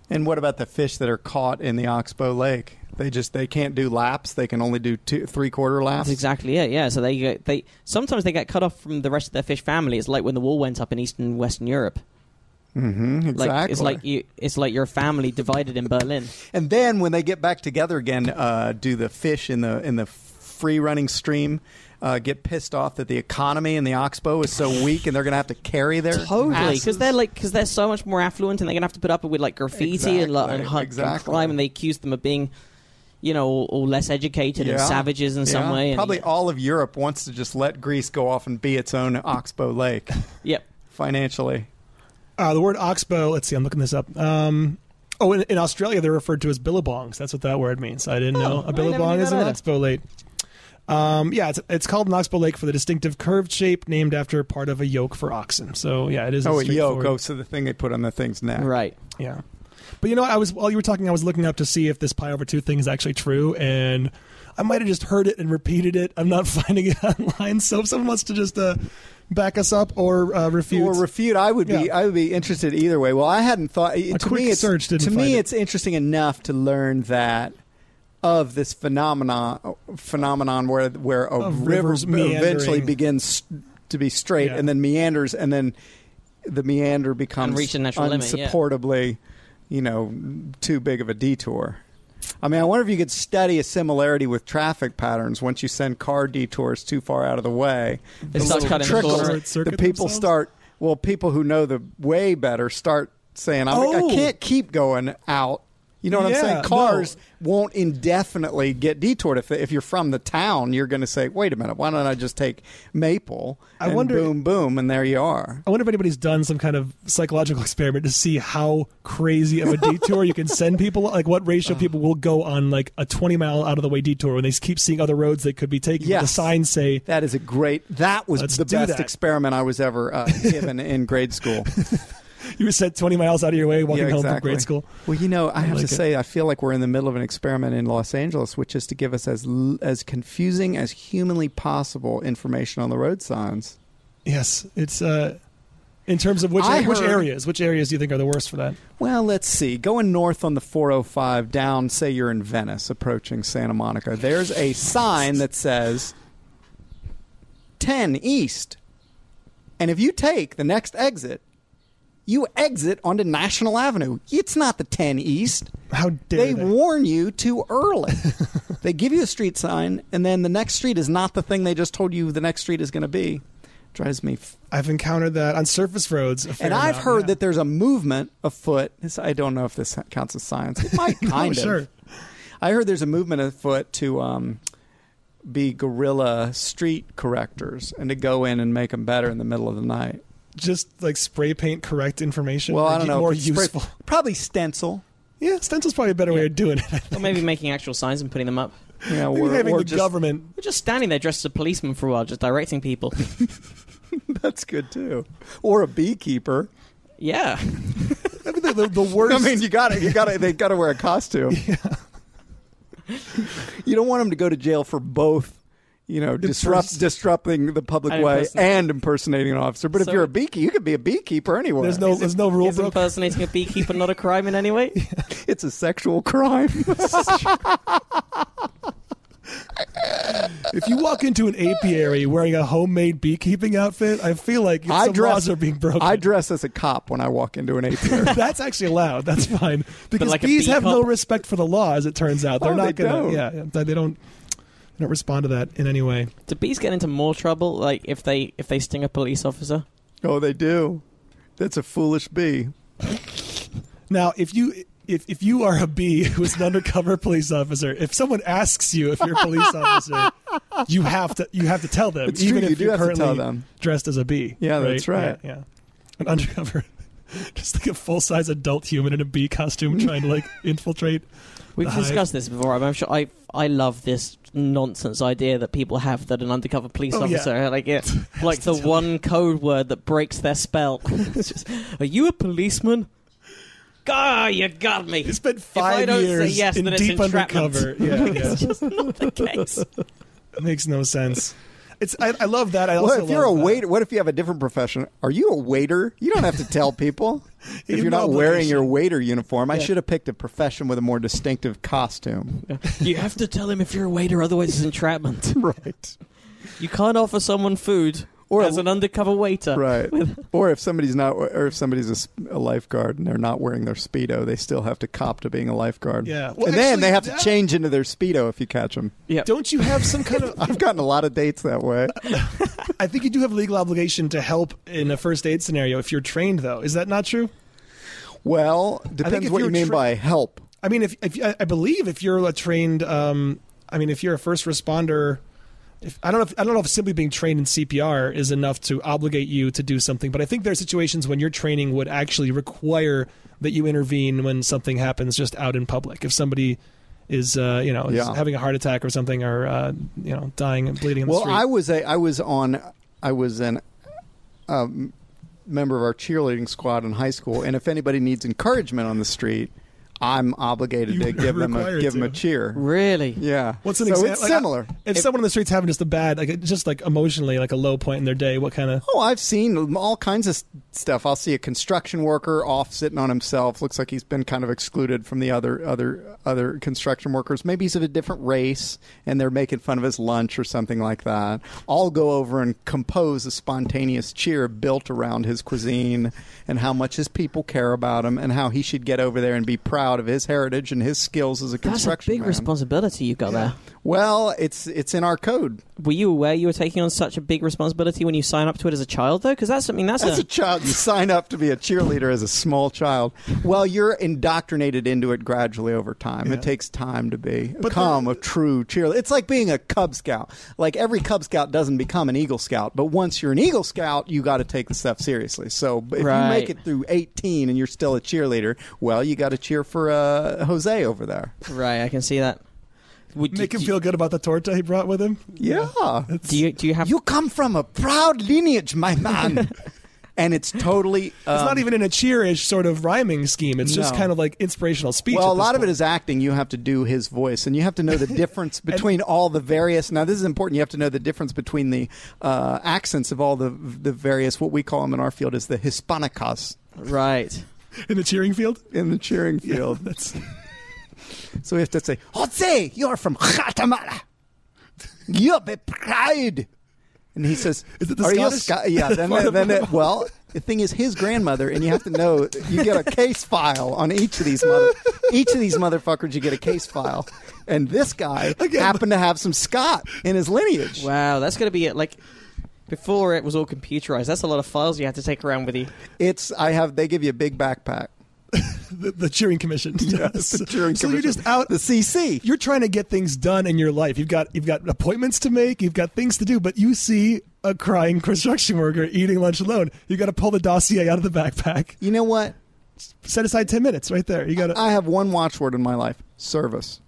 And what about the fish that are caught in the Oxbow Lake? They just they can't do laps. They can only do two three quarter laps. That's exactly it. Yeah. So they get, they sometimes they get cut off from the rest of their fish family. It's like when the wall went up in Eastern and Western Europe. Mhm, Like exactly. it's like you it's like your family divided in Berlin. And then when they get back together again, uh, do the fish in the in the free running stream uh, get pissed off that the economy in the Oxbow is so weak, and they're going to have to carry their Totally, asses? because they're like because they're so much more affluent, and they're gonna have to put up with like graffiti and, like, and, Exactly, hunt and exactly. crime, and they accuse them of being, you know, all, all less educated and Yeah, savages in some yeah. way. and- Probably all of Europe wants to just let Greece go off and be its own Oxbow Lake Yep. financially. Uh, the word oxbow. Let's see. I'm looking this up. Um, oh, in, in Australia, they're referred to as billabongs. That's what that word means. I didn't know a Oh, I never billabong knew is that an either. oxbow lake. Um, yeah, it's, it's called an oxbow lake for the distinctive curved shape named after part of a yoke for oxen. So yeah, it is. a Oh, a yoke. straightforward- Oh, so the thing they put on the thing's neck. Right. Yeah. But you know what? I was while you were talking, I was looking up to see if this pi over two thing is actually true, and I might have just heard it and repeated it. I'm not finding it online, so if someone wants to just uh, back us up or uh, refute, Or refute. I would be. Yeah. I would be interested either way. Well, I hadn't thought. to quick me, it's, search didn't to find me, it. it's interesting enough to learn that of this phenomenon phenomenon where where a Of river rivers meandering. eventually begins to be straight Yeah. and then meanders and then the meander becomes reach a natural limit, yeah. unsupportably, you know, too big of a detour. I mean, I wonder if you could study a similarity with traffic patterns once you send car detours too far out of the way. They the start little cutting the trickles, corner. Circuit The people themselves? start, well, people who know the way better start saying, I, Oh. I can't keep going out. You know what Yeah, I'm no. saying? Cars won't indefinitely get detoured. If, if you're from the town, you're going to say, wait a minute, why don't I just take Maple? I and wonder- boom, boom, and there you are. I wonder if anybody's done some kind of psychological experiment to see how crazy of a detour you can send people. Like what ratio of people will go on like a 20 mile out of the way detour when they keep seeing other roads they could be taking. but The Yes. signs say That is a great. That was Let's the do best that. experiment I was ever uh, given in grade school. you were sent 20 miles out of your way walking Yeah, home from exactly. grade school. Well, you know, I have like to it. say, I feel like we're in the middle of an experiment in Los Angeles, which is to give us as l- as confusing as humanly possible information on the road signs. Yes, it's uh, in terms of which I which heard- areas which areas do you think are the worst for that? Well, let's see. Going north on the 405 down, say you're in Venice approaching Santa Monica, there's a sign that says 10 East. And if you take the next exit, you exit onto National Avenue. It's not the 10 East. How dare they? they warn you too early. they give you a street sign, and then the next street is not the thing they just told you the next street is going to be. Drives me f- I've encountered that on surface roads. a fair and I've amount, heard yeah. that there's a movement afoot. This, I don't know if this counts as science. It might kind of. sure. I heard there's a movement afoot to um, be guerrilla street correctors and to go in and make them better in the middle of the night. just like spray paint correct information. Well, or I don't get know. More if it's spray- useful. probably stencil. Yeah, stencil's probably a better way of doing it. Or maybe making actual signs and putting them up. Yeah, We're or, having or the just, government. We're just standing there dressed as a policeman for a while, just directing people. That's good too. Or a beekeeper. yeah. I mean, the, the, the worst. I mean, you got to You got to They got to wear a costume. you don't want them to go to jail for both. You know, disrupt, disrupting the public And way impersonate- and impersonating an officer. But So- if you're a beekeeper, you could be a beekeeper anyway. there's no there's no rule Is book. impersonating a beekeeper not a crime in any way? It's a sexual crime. If you walk into an apiary wearing a homemade beekeeping outfit, I feel like some I dress. laws are being broken. I dress as a cop when I walk into an apiary. That's actually allowed. That's fine because like a bees bee have no cop- respect for the law, as it turns out. They're Oh, not they gonna. don't. Yeah, yeah, they don't. They don't respond to that in any way. Do bees get into more trouble, like if they if they sting a police officer? oh, they do. That's a foolish bee. Now, if you if, if you are a bee who is an undercover police officer, if someone asks you if you're a police officer, you have to you have to tell them, It's even true, you if do you're have to currently tell them. dressed as a bee. Yeah, that's right. Yeah, yeah. an undercover, just like a full size adult human in a bee costume trying to like infiltrate. We've The hive. discussed this before. I'm sure I I love this nonsense idea that people have that an undercover police Oh, yeah. officer like it, like the one code word that breaks their spell. It's just, Are you a policeman? Ah, you got me. It's been If I five don't say years yes, in then it's deep entrapment. undercover. Yeah, yeah. It's just not the case. It makes no sense. It's I, I love that. I also What if you're a love that. waiter? What if you have a different profession? Are you a waiter? You don't have to tell people if have you're no not wearing obligation. your waiter uniform. I should have picked a profession with a more distinctive costume. you have to tell him if you're a waiter, otherwise it's entrapment. right. You can't offer someone food Oh. Or a- as an undercover waiter. Right. or if somebody's not, or if somebody's a s- a, lifeguard and they're not wearing their speedo, they still have to cop to being a lifeguard. Yeah. Well, and then they actually, have that- to change into their speedo if you catch them. Yeah. Don't you have some kind of? I've gotten a lot of dates that way. I think you do have a legal obligation to help in a first aid scenario if you're trained, though. Is that not true? Well, depends if what you you're mean tra- by help. I mean, if, if I I believe if you're a trained, um, I mean, if you're a first responder, if, I don't know. If, I don't know if simply being trained in CPR is enough to obligate you to do something. But I think there are situations when your training would actually require that you intervene when something happens just out in public. If somebody is, uh, you know, is Yeah. having a heart attack or something, or uh, you know, dying and bleeding in the Well, street. I was a, I was on, I was an um, member of our cheerleading squad in high school, and if anybody needs encouragement on the street, I'm obligated You to give them a required give them a to. cheer. Really? Yeah. What's an so example? It's similar. if, someone in the streets having just a bad, like just like emotionally, like a low point in their day, what kind of? Oh, I've seen all kinds of s- stuff. I'll see a construction worker off sitting on himself. Looks like he's been kind of excluded from the other other other construction workers. Maybe he's of a different race, and they're making fun of his lunch or something like that. I'll go over and compose a spontaneous cheer built around his cuisine and how much his people care about him, and how he should get over there and be proud of his heritage and his skills as a That's a construction big man. responsibility you've got there. Well, it's it's in our code. Were you aware you were taking on such a big responsibility when you sign up to it as a child, though? Because that's something that's, As a child, you sign up to be a cheerleader as a small child. Well, you're indoctrinated into it gradually over time. It takes time to be become a true cheerleader. It's like being a Cub Scout. Like every Cub Scout doesn't become an Eagle Scout, but once you're an Eagle Scout, you got to take the stuff seriously. So if you Right. make it through 18 and you're still a cheerleader, well, you got to cheer for uh, Jose over there. right. I can see that. Would Make do, him do- feel good about the torta he brought with him. Yeah. Do you do you have? You come from a proud lineage, my man. and it's totally. It's um, not even in a cheerish sort of rhyming scheme. It's just No. kind of like inspirational speech. Well, at a this lot of it point. is acting. You have to do his voice, and you have to know the difference between all the various. Now, this is important. You have to know the difference between the uh, accents of all the the various. What we call them in our field is the Hispanicas right. in the cheering field. in the cheering field. That's so we have to say, "Jose, you're from Guatemala. You be proud." And he says, Is it the "Are you a Scottish Sco-" Yeah. Then, part of then my it, well, the thing is, his grandmother, and you have to know, you get a case file on each of these mother, each of these motherfuckers. You get a case file, and this guy happened to have some Scott in his lineage. Wow, that's going to be it. Like before, it was all computerized. That's a lot of files you had to take around with you. It's I have. They give you a big backpack. the, the cheering commission. Yes. the cheering so you're commission. just out. The CC. You're trying to get things done in your life. You've got you've got appointments to make. You've got things to do. But you see a crying construction worker eating lunch alone. You got to pull the dossier out of the backpack. You know what? Set aside ten minutes right there. You got to. I have one watchword in my life: service.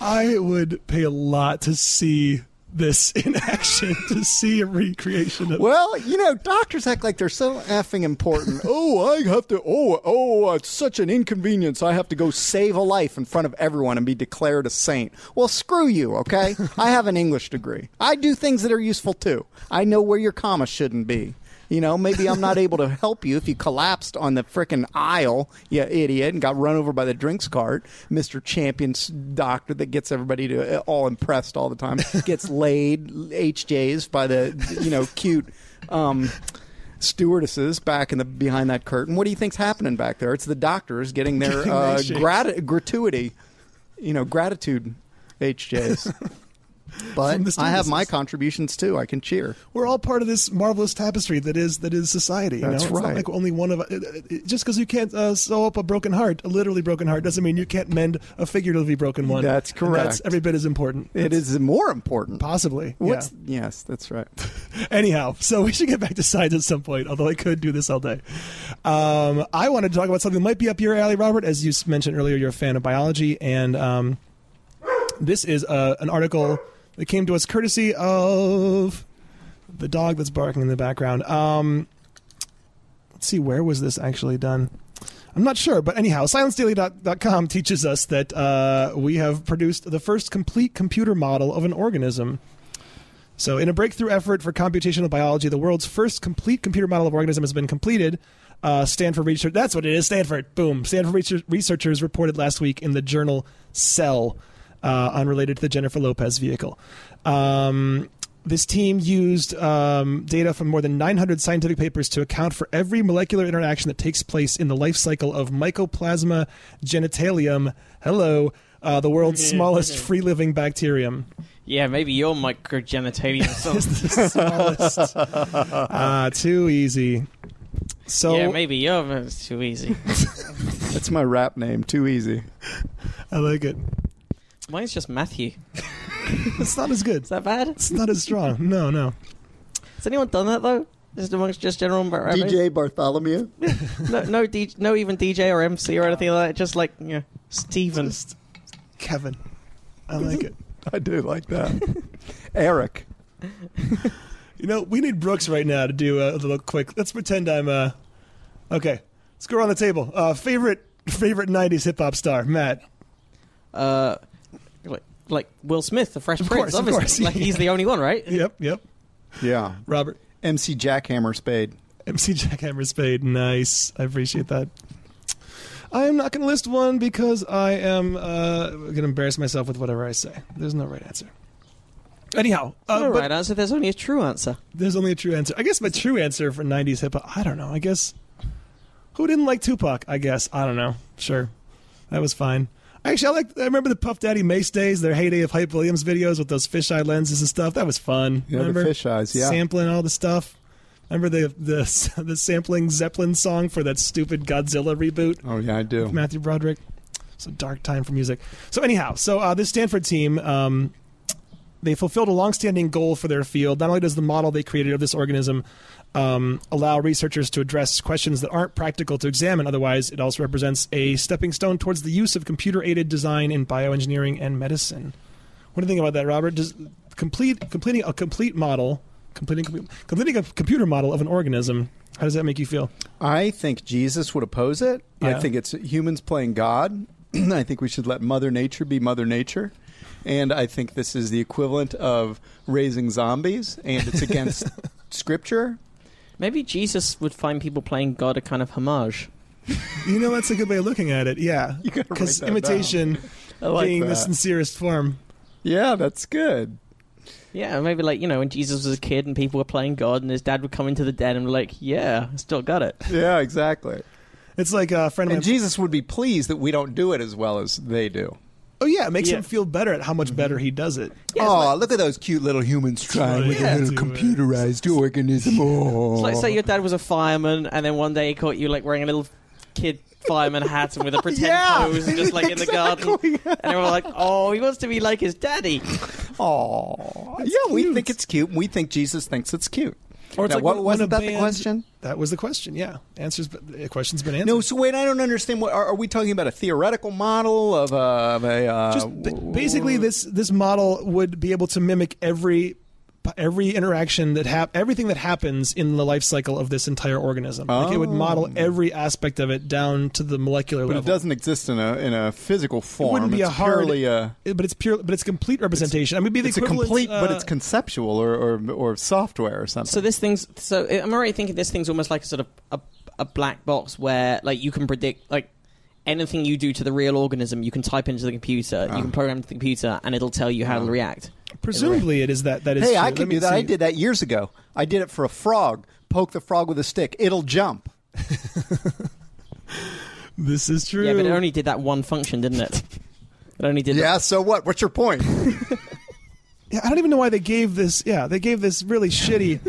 I would pay a lot to see this in action, to see a recreation of. Well, you know, doctors act like they're so effing important. oh, I have to. Oh, oh, it's such an inconvenience. I have to go save a life in front of everyone and be declared a saint. Well, screw you. Okay, I have an English degree. I do things that are useful too. I know where your comma shouldn't be. You know, maybe I'm not able to help you if you collapsed on the frickin' aisle, you idiot, and got run over by the drinks cart. Mr. Champion's doctor that gets everybody to uh, all impressed all the time gets laid HJs by the you know cute um, stewardesses back in the behind that curtain. What do you think's happening back there? It's the doctors getting their Getting uh, their shakes. grat- gratuity, you know, gratitude HJs. From the But I have my stewardesses. contributions too. I can cheer. we're all part of this marvelous tapestry that is that is society. You That's know? It's right. not like only one of it- it- it- just because you can't uh, sew up a broken heart, a literally broken heart, doesn't mean you can't mend a figuratively broken one. That's And correct. That's every bit as important. It is more important. possibly. What's, yeah. Yes, that's right. Anyhow, so we should get back to science at some point. Although I could do this all day. Um, I wanted to talk about something that might be up your alley, Robert. As you s- mentioned earlier, you're a fan of biology, and um, this is uh, an article that came to us courtesy of the dog that's barking in the background. Um, let's see, where was this actually done? I'm not sure, but anyhow, silencedaily.com teaches us that uh, we have produced the first complete computer model of an organism. So, in a breakthrough effort for computational biology, the world's first complete computer model of organism has been completed. Uh, Stanford research that's what it is. Stanford, boom. Stanford research- researchers reported last week in the journal Cell, uh, unrelated to the Jennifer Lopez vehicle. Um, this team used um, data from more than 900 scientific papers to account for every molecular interaction that takes place in the life cycle of Mycoplasma genitalium. Hello, uh, the world's smallest free living bacterium. Yeah, maybe your microgenitalia or something. smallest. Ah, too easy. So yeah, maybe your it's too easy. That's my rap name. Too easy. I like it. Mine's just Matthew. Is It's not as good. that bad? It's not as strong. No, no. Has anyone done that though? Just amongst just general DJ Bartholomew. No, no, D- no, even DJ or MC or anything like that. Just like you know, Steven. Just Kevin. I like it. I do like that. Eric. You know, we need Brooks right now to do a little quick. Let's pretend I'm. Uh, okay, let's go around the table. Uh, favorite favorite '90s hip hop star, Matt. Uh, like, like Will Smith, the Fresh Of Prince. course, of obviously, course, Uh, like he's the only one, right? Yep, yep. Yeah. Robert, MC Jackhammer Spade. MC Jackhammer Spade. Nice. I appreciate that. I am not going to list one because I am uh, going to embarrass myself with whatever I say. There's no right answer. Anyhow, uh, All but right answer. There's only a true answer. there's only a true answer. I guess my true answer for 90s hip hop, I don't know. I guess. Who didn't like Tupac? I guess. I don't know. Sure. That was fine. Actually, I like. I remember the Puff Daddy Mace days, their heyday of Hype Williams videos with those fisheye lenses and stuff. That was fun. Yeah, the remember fisheyes, yeah. sampling all the stuff. Remember the the the sampling Zeppelin song for that stupid Godzilla reboot? Oh yeah, I do. Matthew Broderick. It's a dark time for music. So anyhow, so uh, this Stanford team, um, they fulfilled a longstanding goal for their field. Not only does the model they created of this organism um, allow researchers to address questions that aren't practical to examine, otherwise it also represents a stepping stone towards the use of computer-aided design in bioengineering and medicine. What do you think about that, Robert? Does complete completing a complete model, completing completing a computer model of an organism? How does that make you feel? I think Jesus would oppose it. Yeah. I think it's humans playing God. I think we should let Mother Nature be Mother Nature. And I think this is the equivalent of raising zombies, and it's against scripture. Maybe Jesus would find people playing God a kind of homage. You know, that's a good way of looking at it. Yeah, You gotta write because that imitation like being the that. sincerest form. Yeah, that's good. Yeah, maybe like you know when Jesus was a kid and people were playing God and his dad would come into the den and be like, "Yeah, I still got it." Yeah, exactly. It's like a friend of And mine. Jesus would be pleased that we don't do it as well as they do. oh yeah, it makes Yeah. him feel better at how much Mm-hmm. better he does it. oh, look at those cute little humans trying with Yeah. a little computerized organism. It's Oh. like say your dad was a fireman and then one day he caught you like wearing a little kid fireman hat and with a pretend Yeah, pose and just like in the garden, and everyone like, "Oh, he wants to be like his daddy." Aw. yeah, we think it's cute. and We think Jesus thinks it's cute. Or it's Now, like what when- when wasn't that a the band- question? That was the question. Yeah, answers. But the question's been answered. No, so wait, I don't understand. What are, are we talking about? A theoretical model of a, of a uh, just ba- w- basically this this model would be able to mimic every every interaction that hap- everything that happens in the life cycle of this entire organism. Like it would model every aspect of it down to the molecular Oh. but level. it doesn't exist in a in a physical form. It wouldn't be it's a hard, purely a. but it's pure, but it's complete representation. I mean, it'd be the It's a equivalent, complete, but uh, it's conceptual or, or or software or something. So this thing's so I'm already thinking this thing's almost like a sort of a, a black box where like you can predict like anything you do to the real organism, you can type into the computer, Ah. you can program to the computer, and it'll tell you how to react. Presumably, it is that. That is. hey, true. I Let can me do that. I see. did that years ago. I did it for a frog. Poke the frog with a stick. It'll jump. This is true. Yeah, but it only did that one function, didn't it? It only did. Yeah. So what? What's your point? Yeah, I don't even know why they gave this. Yeah, they gave this really shitty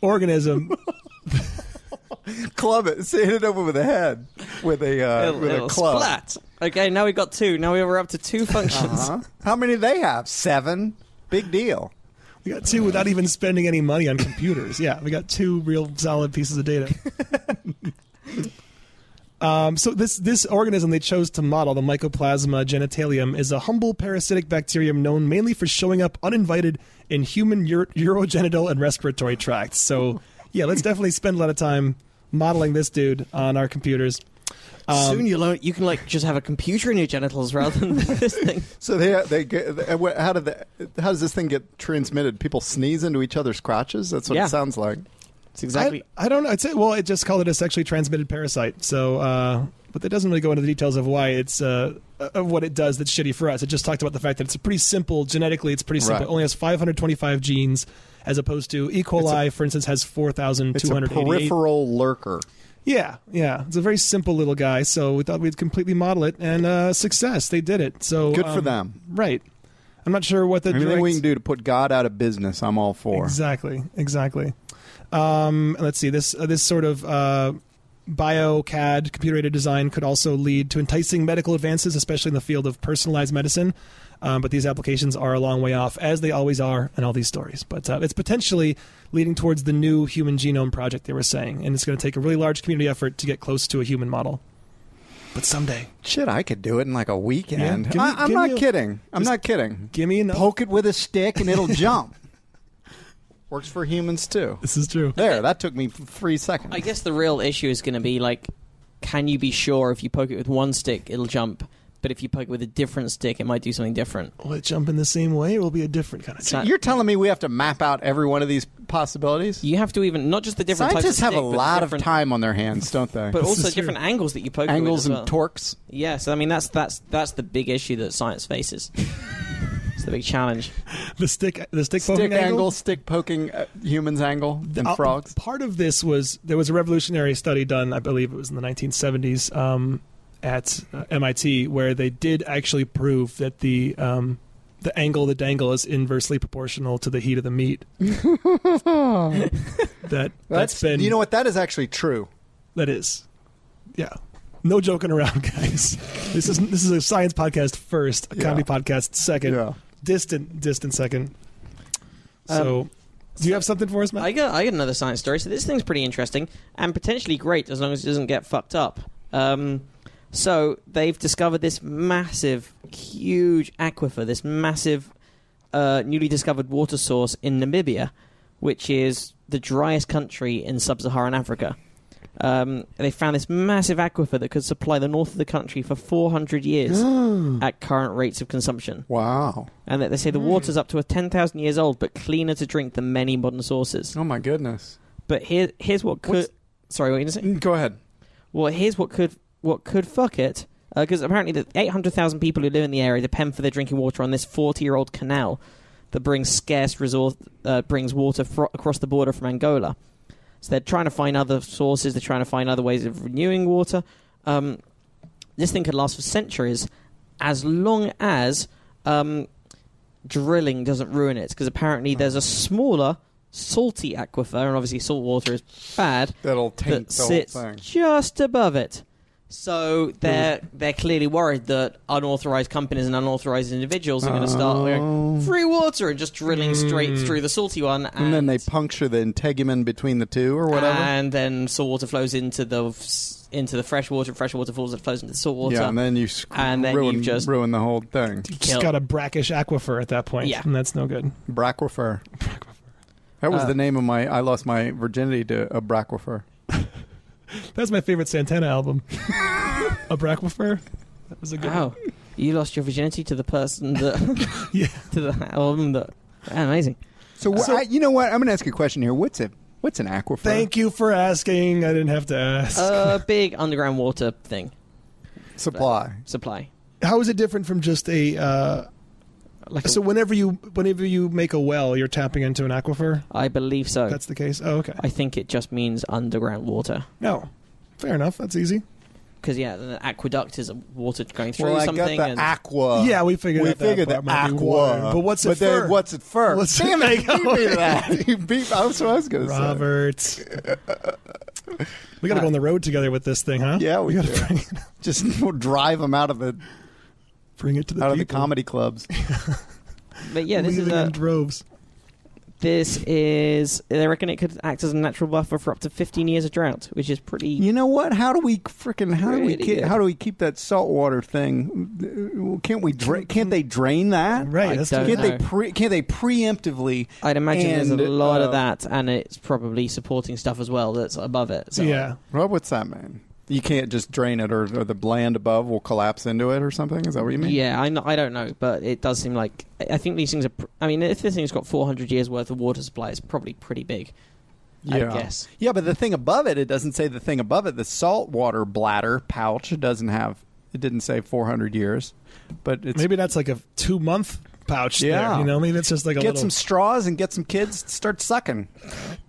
organism. club it. So hit it over with a head with a uh, It'll, with a it'll club. splat. Okay, now we've got two. Now we we're up to two functions. Huh? How many do they have? Seven. Big deal. We got two without even spending any money on computers. Yeah, we got two real solid pieces of data. Um, so this this organism they chose to model, the Mycoplasma genitalium, is a humble parasitic bacterium known mainly for showing up uninvited in human ur- urogenital and respiratory tracts. So yeah, let's definitely spend a lot of time modeling this dude on our computers. Ah. Um, Soon you learn you can like just have a computer in your genitals rather than this thing. So they they get, uh, wh- how did that how does this thing get transmitted? People sneeze into each other's crotches. That's what Yeah. it sounds like. It's exactly. I, I don't know. It's well, it just called it a sexually transmitted parasite. So, uh, but that doesn't really go into the details of why it's uh, of what it does. That's shitty for us. It just talked about the fact that it's pretty simple genetically. It's pretty simple. Right. It only has 525 genes, as opposed to E. coli, for instance, has It's a 4,288. peripheral lurker. Yeah, yeah. It's a very simple little guy. So we thought we'd completely model it, and uh, success. They did it. So Good for um, them. Right. I'm not sure what the Anything direct- we can do to put God out of business, I'm all for. Exactly, exactly. Um, and let's see. This uh, this sort of uh, bio CAD computer aided design could also lead to enticing medical advances, especially in the field of personalized medicine. Um, but these applications are a long way off, as they always are in all these stories. But uh, it's potentially leading towards the new human genome project they were saying, and it's going to take a really large community effort to get close to a human model. But someday, Shit, I could do it in like a Yeah, weekend. give me- I, give I'm me not a- kidding. I'm just not kidding. give me enough. Poke it with a stick and it'll jump. Works for humans too. This is true. There, that took me three seconds. I guess the real issue is going to be like, can you be sure if you poke it with one stick it'll jump, but if you poke it with a different stick it might do something different. Will it jump in the same way? It will be a different kind of. It's not- You're telling me we have to map out every one of these possibilities? you have to even not just the different types of Scientists have a stick, but lot of different- time on their hands, don't they? but also is true. different angles that you poke it with Angles as well. and torques. Yeah, so I mean that's that's that's the big issue that science faces. it's the big challenge. The stick, the stick, Stick poking angle, stick poking uh, humans angle and Uh, frogs. Part of this was there was a revolutionary study done, I believe it was in the 1970s um, at uh, MIT, where they did actually prove that the um, the angle of the dangle is inversely proportional to the heat of the meat. that that's been you know what that is actually true. that is, yeah. No joking around, guys. This is this is a science podcast first, a comedy podcast second, Yeah. Um, distant distant second. So, do you have something for us, Matt? I got I got another science story. So this thing's pretty interesting and potentially great as long as it doesn't get fucked up. Um, so they've discovered this massive, huge aquifer, this massive, uh, newly discovered water source in Namibia, which is the driest country in sub-Saharan Africa. Um, they found this massive aquifer that could supply the north of the country for 400 years at current rates of consumption Wow. and that they say the water's up to a 10,000 years old, but cleaner to drink than many modern sources. Oh my goodness. But here, here's what could. What's- Sorry, what were you going to say? Go ahead. Well, here's what could what could fuck it, because apparently the 800,000 people who live in the area depend for their drinking water on this 40 year old canal that brings scarce resource uh, brings water fro- across the border from Angola. So they're trying to find other sources. They're trying to find other ways of renewing water. Um, this thing could last for centuries, as long as um, drilling doesn't ruin it. Because apparently there's a smaller salty aquifer, and obviously salt water is bad That'll that taint the sits whole thing. Hmm. just above it. So they're they're clearly worried that unauthorized companies and unauthorized individuals are going to start wearing free water and just drilling straight through the salty one, and, Oh. Hmm. And then they puncture the integument between the two or whatever. and then salt water flows into the into the fresh water, fresh water falls and flows into the salt water. yeah, and then you sc- And then ruin, you've just- ruin the whole thing. just Kill. got a brackish aquifer at that point, Yeah. and that's no good. Braquifer. That Uh. was the name of my. I lost my virginity to a braquifer. That's my favorite Santana album. a braquifer. That was a good. wow, you lost your virginity to the person that One. Yeah. to the album that amazing. Uh, So, wh- I, you know what? I'm going to ask you a question here. What's it? What's an aquifer? Thank you for asking. I didn't have to ask. A big underground water thing Supply. supply. How is it different from just a? Uh, Like a- so whenever you whenever you make a well, you're tapping into an aquifer. I believe so. That's the case. Oh, okay. I think it just means underground water. No, fair enough. That's easy. because yeah, the aqueduct is water going through Well, I got something. the and aqua. Yeah, we figured we out that figured part the might be water. aqua. But what's it but then for? what's it for? What's- Damn it! There You you go. beat me to that. You beat. That's what I was uh, going to say. Robert, we got to go on Uh, the road together with this thing, huh? Yeah, we got to do. bring, it- Just we'll drive them out of the bring it to the out of the people. comedy clubs. But yeah, this Leave is it in a, droves. this is. They reckon it could act as a natural buffer for up to 15 years of drought, which is pretty. You know what? How do we freaking how do we Pretty keep, good. how do we keep that saltwater thing? Can't we? Dra- can't they drain that? Right. I that's don't true. Can't they? know. Pre- can't they preemptively? I'd imagine there's a and, lot uh, of that, and it's probably supporting stuff as well that's above it. So Yeah. Rob, what's that mean? You can't just drain it, or, or the land above will collapse into it, or something. Is that what you mean? Yeah, I, kn- I don't know, but it does seem like I I think these things are. Pr- I mean, if this thing's got 400 years worth of water supply, it's probably pretty big. I guess. Yeah, but the thing above it, it doesn't say the thing above it. The saltwater bladder pouch doesn't have. It didn't say 400 years, but it's Maybe that's like a two month pouch Yeah. there. You know, maybe it's just like a get little, some straws and get some kids to start sucking.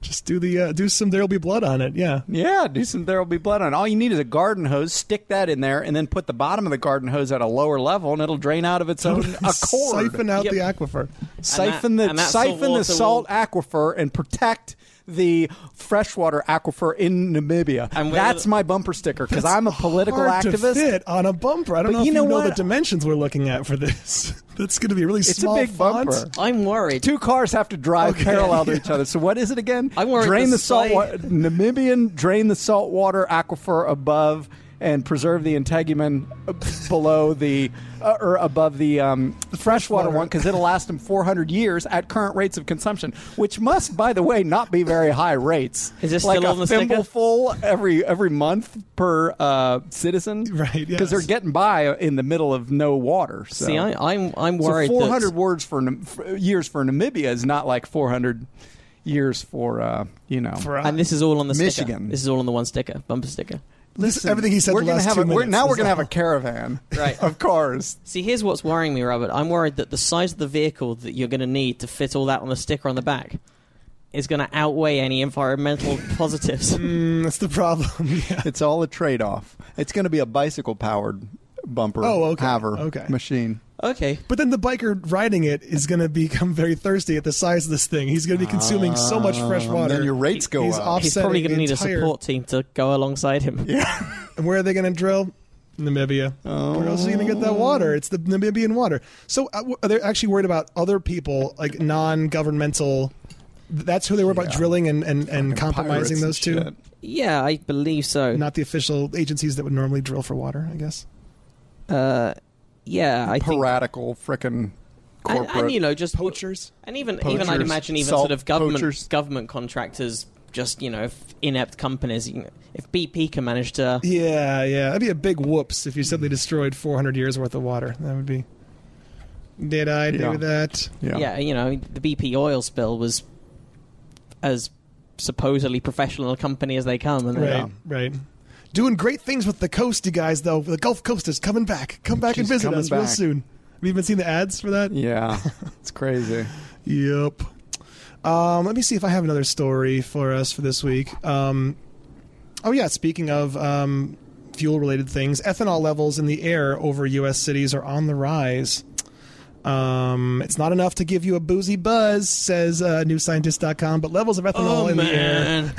just do the uh, do some. There'll be blood on it. Yeah. Yeah, do some. There will be blood on. it. All you need is a garden hose. Stick that in there, and then put the bottom of the garden hose at a lower level, and it'll drain out of its own accord. Siphon out Yep. the aquifer. siphon that- the and that siphon saltwater the salt aquifer and protect the freshwater aquifer in Namibia. And where That's the- my bumper sticker because I'm a political Hard to activist. fit on a bumper. I don't know But if you you know know, the what? dimensions we're looking at for this. That's going to be a really It's a small big font. bumper. I'm worried. Two cars have to drive Okay. parallel to each other. So what is it again? I'm worried drain the the salt slide- wa- Namibian drain the saltwater aquifer above and preserve the integumen below the uh, or above the um, freshwater one because it'll last them 400 years at current rates of consumption, which must, by the way, not be very high rates. Is this like still a on the sticker? thimbleful every every month per uh, citizen? Right, Because they're yes. getting by in the middle of no water. So. See, I, I'm I'm worried. So that- 400 words for, Nam- for years for Namibia is not like 400 years for uh, you know. For and this is all on the Michigan. Sticker. This is all on the one sticker, bumper sticker. Listen, everything he said. we're the gonna last have two a, we're, minutes now we're is going to have all. a caravan Right. of cars. See, here's what's worrying me, Robert. I'm worried that the size of the vehicle that you're going to need to fit all that on the sticker on the back is going to outweigh any environmental positives. Mm, that's the problem. yeah. It's all a trade-off. It's going to be a bicycle-powered bumper Oh, okay. haver Okay. machine. Okay. But then the biker riding it is going to become very thirsty at the size of this thing. He's going to be consuming so much fresh Um, water. then your rates go He's up. off- He's probably Offsetting going to the need entire- a support team to go alongside him. And where are they going to drill? Namibia. Where else are you going to get that water? It's the Namibian water. So uh, w- are they actually worried about other people, like non-governmental? That's who they were about drilling and, and, and compromising Pirates and those two. shit. Yeah, I believe so. Not the official agencies that would normally drill for water, I guess. uh, yeah, I think. Piratical frickin' And, corporate. and, you know, just Poachers. and even even I'd Poachers. imagine even Salt sort of government poachers. government contractors, just you know, if inept companies. you know, If BP can manage to, Yeah, yeah. That'd be a big whoops if you suddenly destroyed 400 years worth of water. That would be. Did I Yeah. do that? yeah. yeah, you know, the BP oil spill was as supposedly professional a company as they come, and Right, they- right. Doing great things with the coast, you guys. Though the Gulf Coast is coming back. Come back and She's visit coming us real back. soon. Have you even seen the ads for that? Yeah. It's crazy. Yep. Um, let me see if I have another story for us for this week. Um, oh yeah, speaking of um, fuel-related things, ethanol levels in the air over U.S. cities are on the rise. Um, it's not enough to give you a boozy buzz, says uh, newscientist.com, but levels of ethanol Oh, in the Oh, air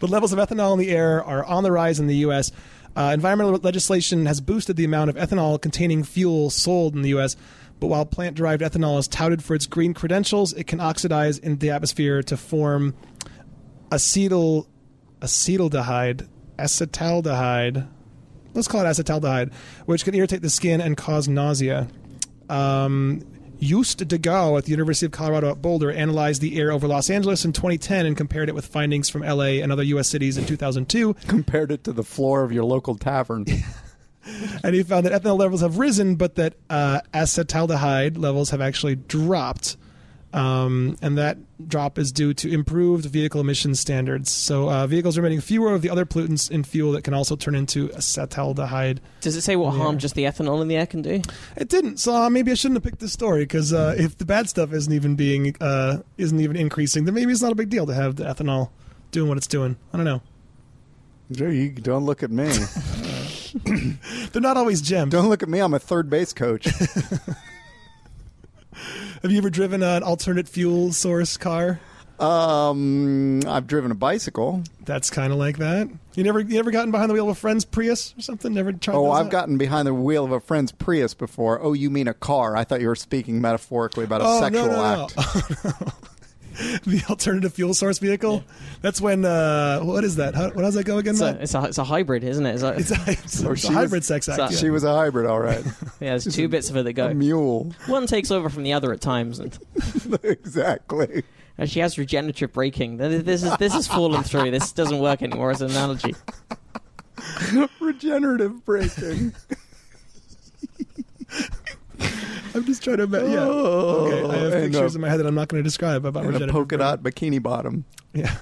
the levels of ethanol in the air are on the rise in the U.S. Uh, environmental legislation has boosted the amount of ethanol containing fuel sold in the U.S., but while plant derived ethanol is touted for its green credentials, it can oxidize in the atmosphere to form acetyl acetaldehyde acetaldehyde let's call it acetaldehyde which can irritate the skin and cause nausea um, Eust de Gao at the University of Colorado at Boulder analyzed the air over Los Angeles in 2010 and compared it with findings from LA and other U.S. cities in 2002. Compared it to the floor of your local tavern. And he found that ethanol levels have risen, but that uh, acetaldehyde levels have actually dropped. Um, and that drop is due to improved vehicle emission standards. So uh, vehicles are emitting fewer of the other pollutants in fuel that can also turn into acetaldehyde. Does it say what harm just the ethanol in the air can do? It didn't, so uh, maybe I shouldn't have picked this story because uh, if the bad stuff isn't even being uh, isn't even increasing, then maybe it's not a big deal to have the ethanol doing what it's doing. I don't know. Joe, you don't look at me. They're not always gems. Don't look at me. I'm a third base coach. Have you ever driven an alternate fuel source car? Um, I've driven a bicycle. That's kind of like that. You never you ever gotten behind the wheel of a friend's Prius or something? Never tried. Oh, those I've out? gotten behind the wheel of a friend's Prius before. Oh, you mean a car? I thought you were speaking metaphorically about a Oh, no, sexual no, no. Oh, act. the alternative fuel source vehicle. That's when uh, what is that? How, what does that go again? It's a, Matt? it's a, it's a hybrid, isn't it? It's like, it's a, it's a- Or it's a she was- hybrid sex act. So- yeah. She was a hybrid, all right. yeah, there's two bits of it that a go. mule, One takes over from the other at times, and, exactly. and she has regenerative braking. Th- This is this is fallen through. This doesn't work anymore as an analogy. Regenerative braking. I'm just trying to imagine. Yeah. Okay. I have and, pictures uh, in my head that I'm not going to describe about and a regenerative polka dot bikini bottom. Yeah.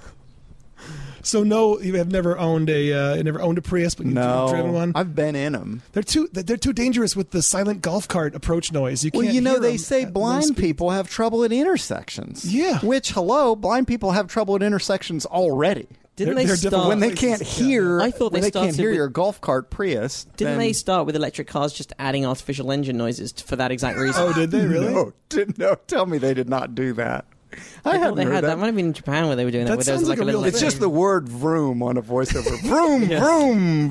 So no, you have never owned a uh, you never owned a Prius, but you've No, driven one. I've been in them. they're too they're too dangerous with the silent golf cart approach noise. You Well, can't. you know hear they 'em say at low blind speed. people have trouble at intersections. Yeah. Which, hello, blind people have trouble at intersections already. Didn't They're- they they're different start? when they places, can't yeah. hear, I thought when they they can't started hear with- your golf cart Prius. Didn't then- they start with electric cars just adding artificial engine noises t- for that exact reason? Oh, did they really? No, did, no, tell me they did not do that. I, I thought hadn't they heard had that. that. Might have been in Japan where they were doing That that. Where there was sounds like, like a a little. real It's thing. just the word vroom on a voiceover. Vroom, vroom,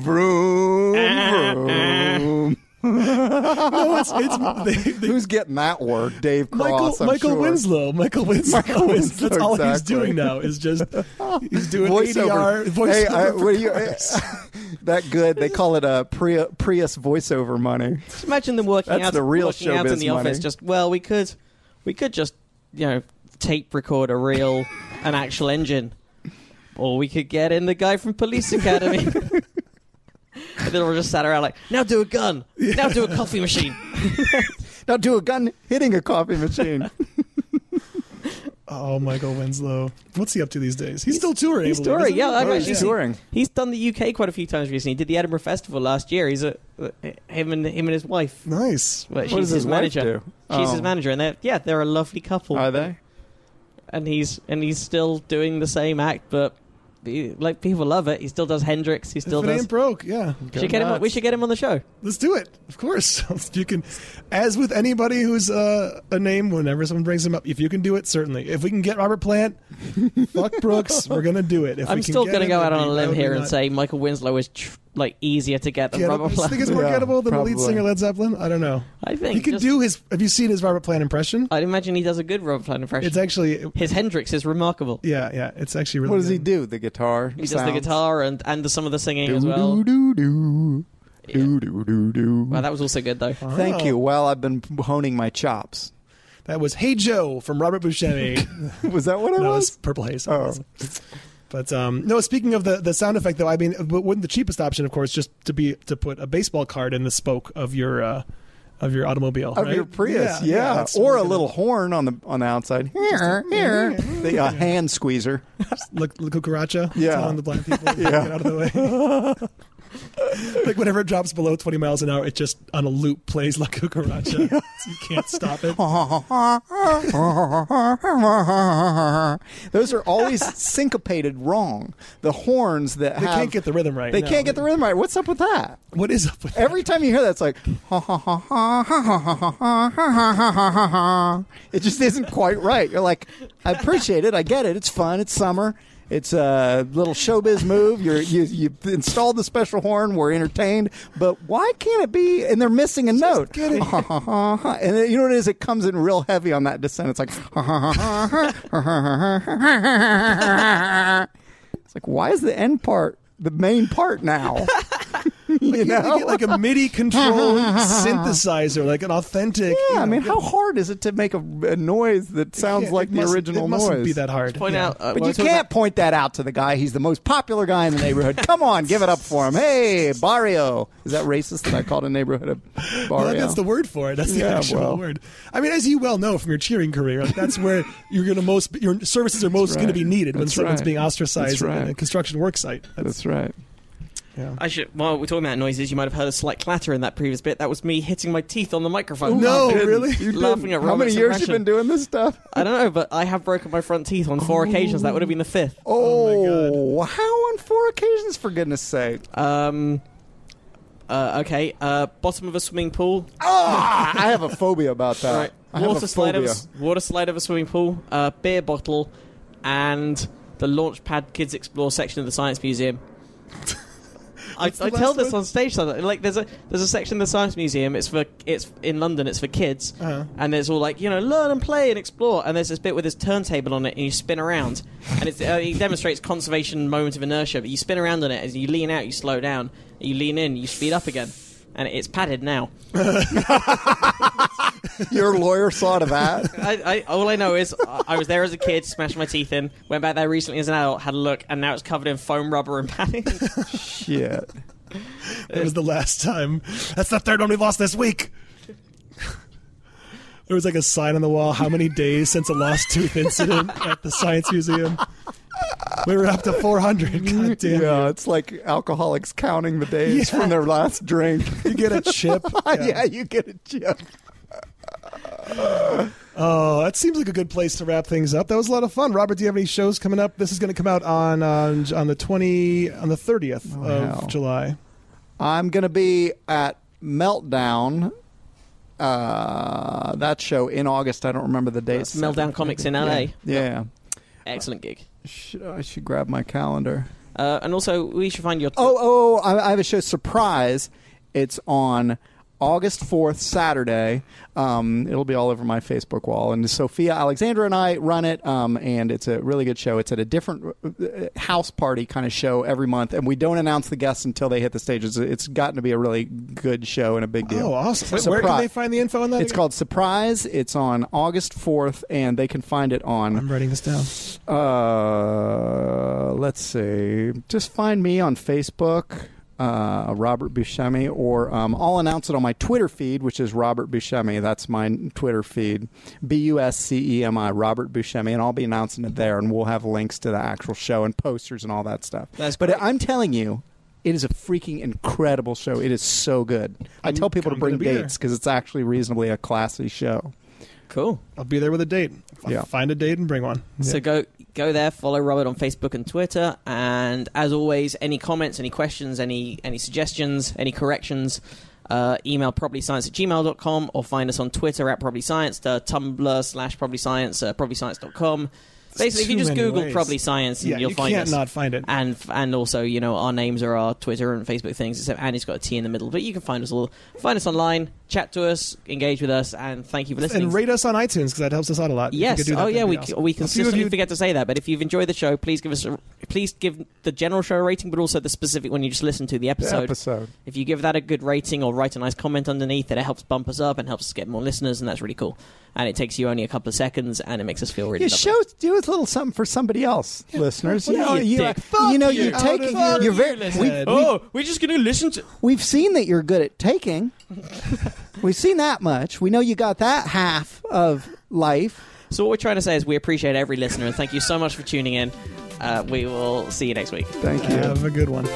vroom, vroom. No, it's, it's they, they, Who's getting that word? Dave Michael Cross. I'm Michael sure. Winslow. Michael Winslow. Michael is- Winslow, that's all he's exactly. doing now is just he's doing Voiceover. ADR voiceover. Hey, I, for what do you, cars. that good. They call it a Prius, Prius voiceover money. Just imagine them working That's out the real working out in showbiz the office. money. Just well, we could, we could just you know tape record a real, an actual engine, or we could get in the guy from Police Academy. and then we're just sat around like, now do a gun, now do a coffee machine. Now do a gun hitting a coffee machine. oh, Michael Winslow. What's he up to these days? He's, still touring. I He's believe, touring. isn't he? Yeah, I've Oh, actually he's seen- touring. He's done the UK quite a few times recently. He did the Edinburgh Festival last year. He's a, uh, him and him and his wife. Nice. Well, she's does his wife manager. do? She's Oh. his manager, and they're yeah, they're a lovely couple. Are they? and he's and he's still doing the same act, but he- like people love it. He still does Hendrix. He still if it does. ain't broke, yeah. Should get him on- we should get him on the show. Let's do it. Of course, If you can. As with anybody who's uh, a name, whenever someone brings them up, if you can do it, certainly. If we can get Robert Plant, fuck Brooks, we're gonna do it. If I'm we can still get going to him, go out it'd on a be- limb it'd be here and not say Michael Winslow is tr- like easier to get than gettable. Robert I think Plant. it's more Yeah, gettable than the lead probably. singer Led Zeppelin. I don't know. I think He can just- do his. Have you seen his Robert Plant impression? I'd imagine he does a good Robert Plant impression. It's actually. His Hendrix is remarkable. Yeah, yeah. It's actually really. What does he good. do? The guitar. He does the guitar and and some of the singing as well. Do do do Yeah. do do do do. Wow, that was also good though. Thank Oh. you. Well, I've been honing my chops. That was Hey Joe from Robert Buscemi. Was that what it no, it's was? Purple Haze. Oh. But um, no, speaking of the, the sound effect though, I mean, but wouldn't the cheapest option, of course, just to be to put a baseball card in the spoke of your uh, of your automobile Of right? your Prius, yeah, that's or a really little horn on the on the outside. Here, here, the uh, hand squeezer. good. look, look cucaracha, Yeah. telling the blind people to get out of the way. like whenever it drops below twenty miles an hour, it just on a loop plays La Cucaracha. you can't stop Oh, it. Those are always syncopated wrong. The horns that They can't get the rhythm right. They no. can't get the rhythm right. What's up with that? What is up with Every time you hear that, it's like it just isn't quite right. You're like, I appreciate it, I get it, it's fun, it's summer, it's a little showbiz move. You're, you you installed the special horn, we're entertained, but why can't it be? And they're missing a note. get it. and then, you know what it is? It comes in real heavy on that descent. It's like it's like why is the end part the main part now? you You know. get like a MIDI controlled synthesizer, like an authentic. you Yeah, I know, mean, how hard is it to make a, a noise that sounds Yeah, like it the mustn't- original it noise? mustn't be that hard. Point Yeah. out, uh, But well, you talking can't point that out to the guy. He's the most popular guy in the neighborhood. Come on, give it up for him. Hey, Barrio. Is that racist that I called a neighborhood a Well, barrio? that's the word for it. That's the Oh, Yeah, actual well. word. I mean, as you well know from your cheering career, like, that's where you're going to most your services are most going to right. be needed when That's someone's right. being ostracized That's in a right. construction work site. That's, That's right. yeah. I should. While we're talking about noises, you might have heard a slight clatter in that previous bit. That was me hitting my teeth on the microphone. No, Laughing- really? You laughing didn't. at How many Robert's years you impression. been doing this stuff? I don't know, but I have broken my front teeth on four occasions. That would have been the fifth. Oh, how on four occasions, for goodness sake. Um, uh, okay. Uh, bottom of a swimming pool. Ah, I have a phobia about that. Right. I have Water a slide of a, phobia. s- water slide of a swimming pool. Uh, beer bottle, and the Launchpad Kids Explore section of the Science Museum. I, I the tell last this one? on stage sometimes. Like there's a there's a section of the Science Museum. It's for it's in London. It's for kids, Uh-huh. and it's all like you know learn and play and explore. And there's this bit with this turntable on it, and you spin around, and it's, uh, it demonstrates conservation moment of inertia. But you spin around on it as you lean out, you slow down, you lean in, you speed up again, and it's padded now. Your lawyer saw to that. I, I, all I know is I I was there as a kid, smashed my teeth in, went back there recently as an adult, had a look, and now it's covered in foam rubber and padding. Shit. That was the last time. That's the third one we've lost this week. There was like a sign on the wall, how many days since a lost tooth incident at the Science Museum? We were up to 400. God damn. it. Yeah, it's like alcoholics counting the days Yeah. from their last drink. You get a chip. yeah. you get a chip. Oh, that seems like a good place to wrap things up. That was a lot of fun. Robert, do you have any shows coming up? This is going to come out on on, on the 20 on the 30th of hell. July. I'm going to be at Meltdown. Uh, that show in August. I don't remember the dates. Meltdown Comics in LA. Yeah. Excellent gig. Should, I should grab my calendar. Uh, and also, we should find your. Oh, oh, oh, I, I have a show surprise. It's on August 4th, Saturday. Um, it'll be all over my Facebook wall. And Sophia Alexandra and I run it, um, and it's a really good show. It's at a different uh, house party kind of show every month, and we don't announce the guests until they hit the stage. It's, it's gotten to be a really good show and a big deal. Oh, awesome. Wait, where can Surprise. they find the info on that? It's again? called Surprise. It's on August 4th, and they can find it on I'm writing this down. uh, let's see. Just find me on Facebook, uh, Robert Buscemi, or um, I'll announce it on my Twitter feed, which is Robert Buscemi. That's my Twitter feed, B U S C E M I, Robert Buscemi, and I'll be announcing it there, and we'll have links to the actual show and posters and all that stuff. That's but great. I'm telling you. It is a freaking incredible show. It is so good. I tell people I'm to bring gonna be there. dates because it's actually reasonably a classy show. cool. I'll be there with a date. I'll Yeah. Find a date and bring one. So go go there, follow Robert on Facebook and Twitter, and as always, any comments, any questions, any any suggestions, any corrections, uh, email probablyscience at gmail.com or find us on Twitter at probably science, the Tumblr slash probably science, uh, probablyscience.com. Basically, if you too just many Google ways. probably science, Yeah, you'll you find can't us. not find it. And and also, you know, our names are our Twitter and Facebook things, except Annie's got a T in the middle. But you can find us all. Find us online, chat to us, engage with us, and thank you for listening. And rate us on iTunes because that helps us out a lot. If you Yes. could do that, oh, that'd yeah. be We awesome. we A few of consistently you- forget to say that, but if you've enjoyed the show, please give us a, please give the general show rating, but also the specific one you just listened to the episode. Episode. If you give that a good rating or write a nice comment underneath it, it helps bump us up and helps us get more listeners, and that's really cool. And it takes you only a couple of seconds, and it makes us feel really. You lovely. show do a little something for somebody else, listeners. You Yeah, know, you you, dick. you know, you Fuck take you. Fuck you're, very. you, We, Liz. we, we're Oh, just gonna listen to. we've seen that you're good at taking. we've seen that much. We know you got that half of life. So what we're trying to say is we appreciate every listener, and thank you so much for tuning in. Uh, we will see you next week. Thank you. Have a good one.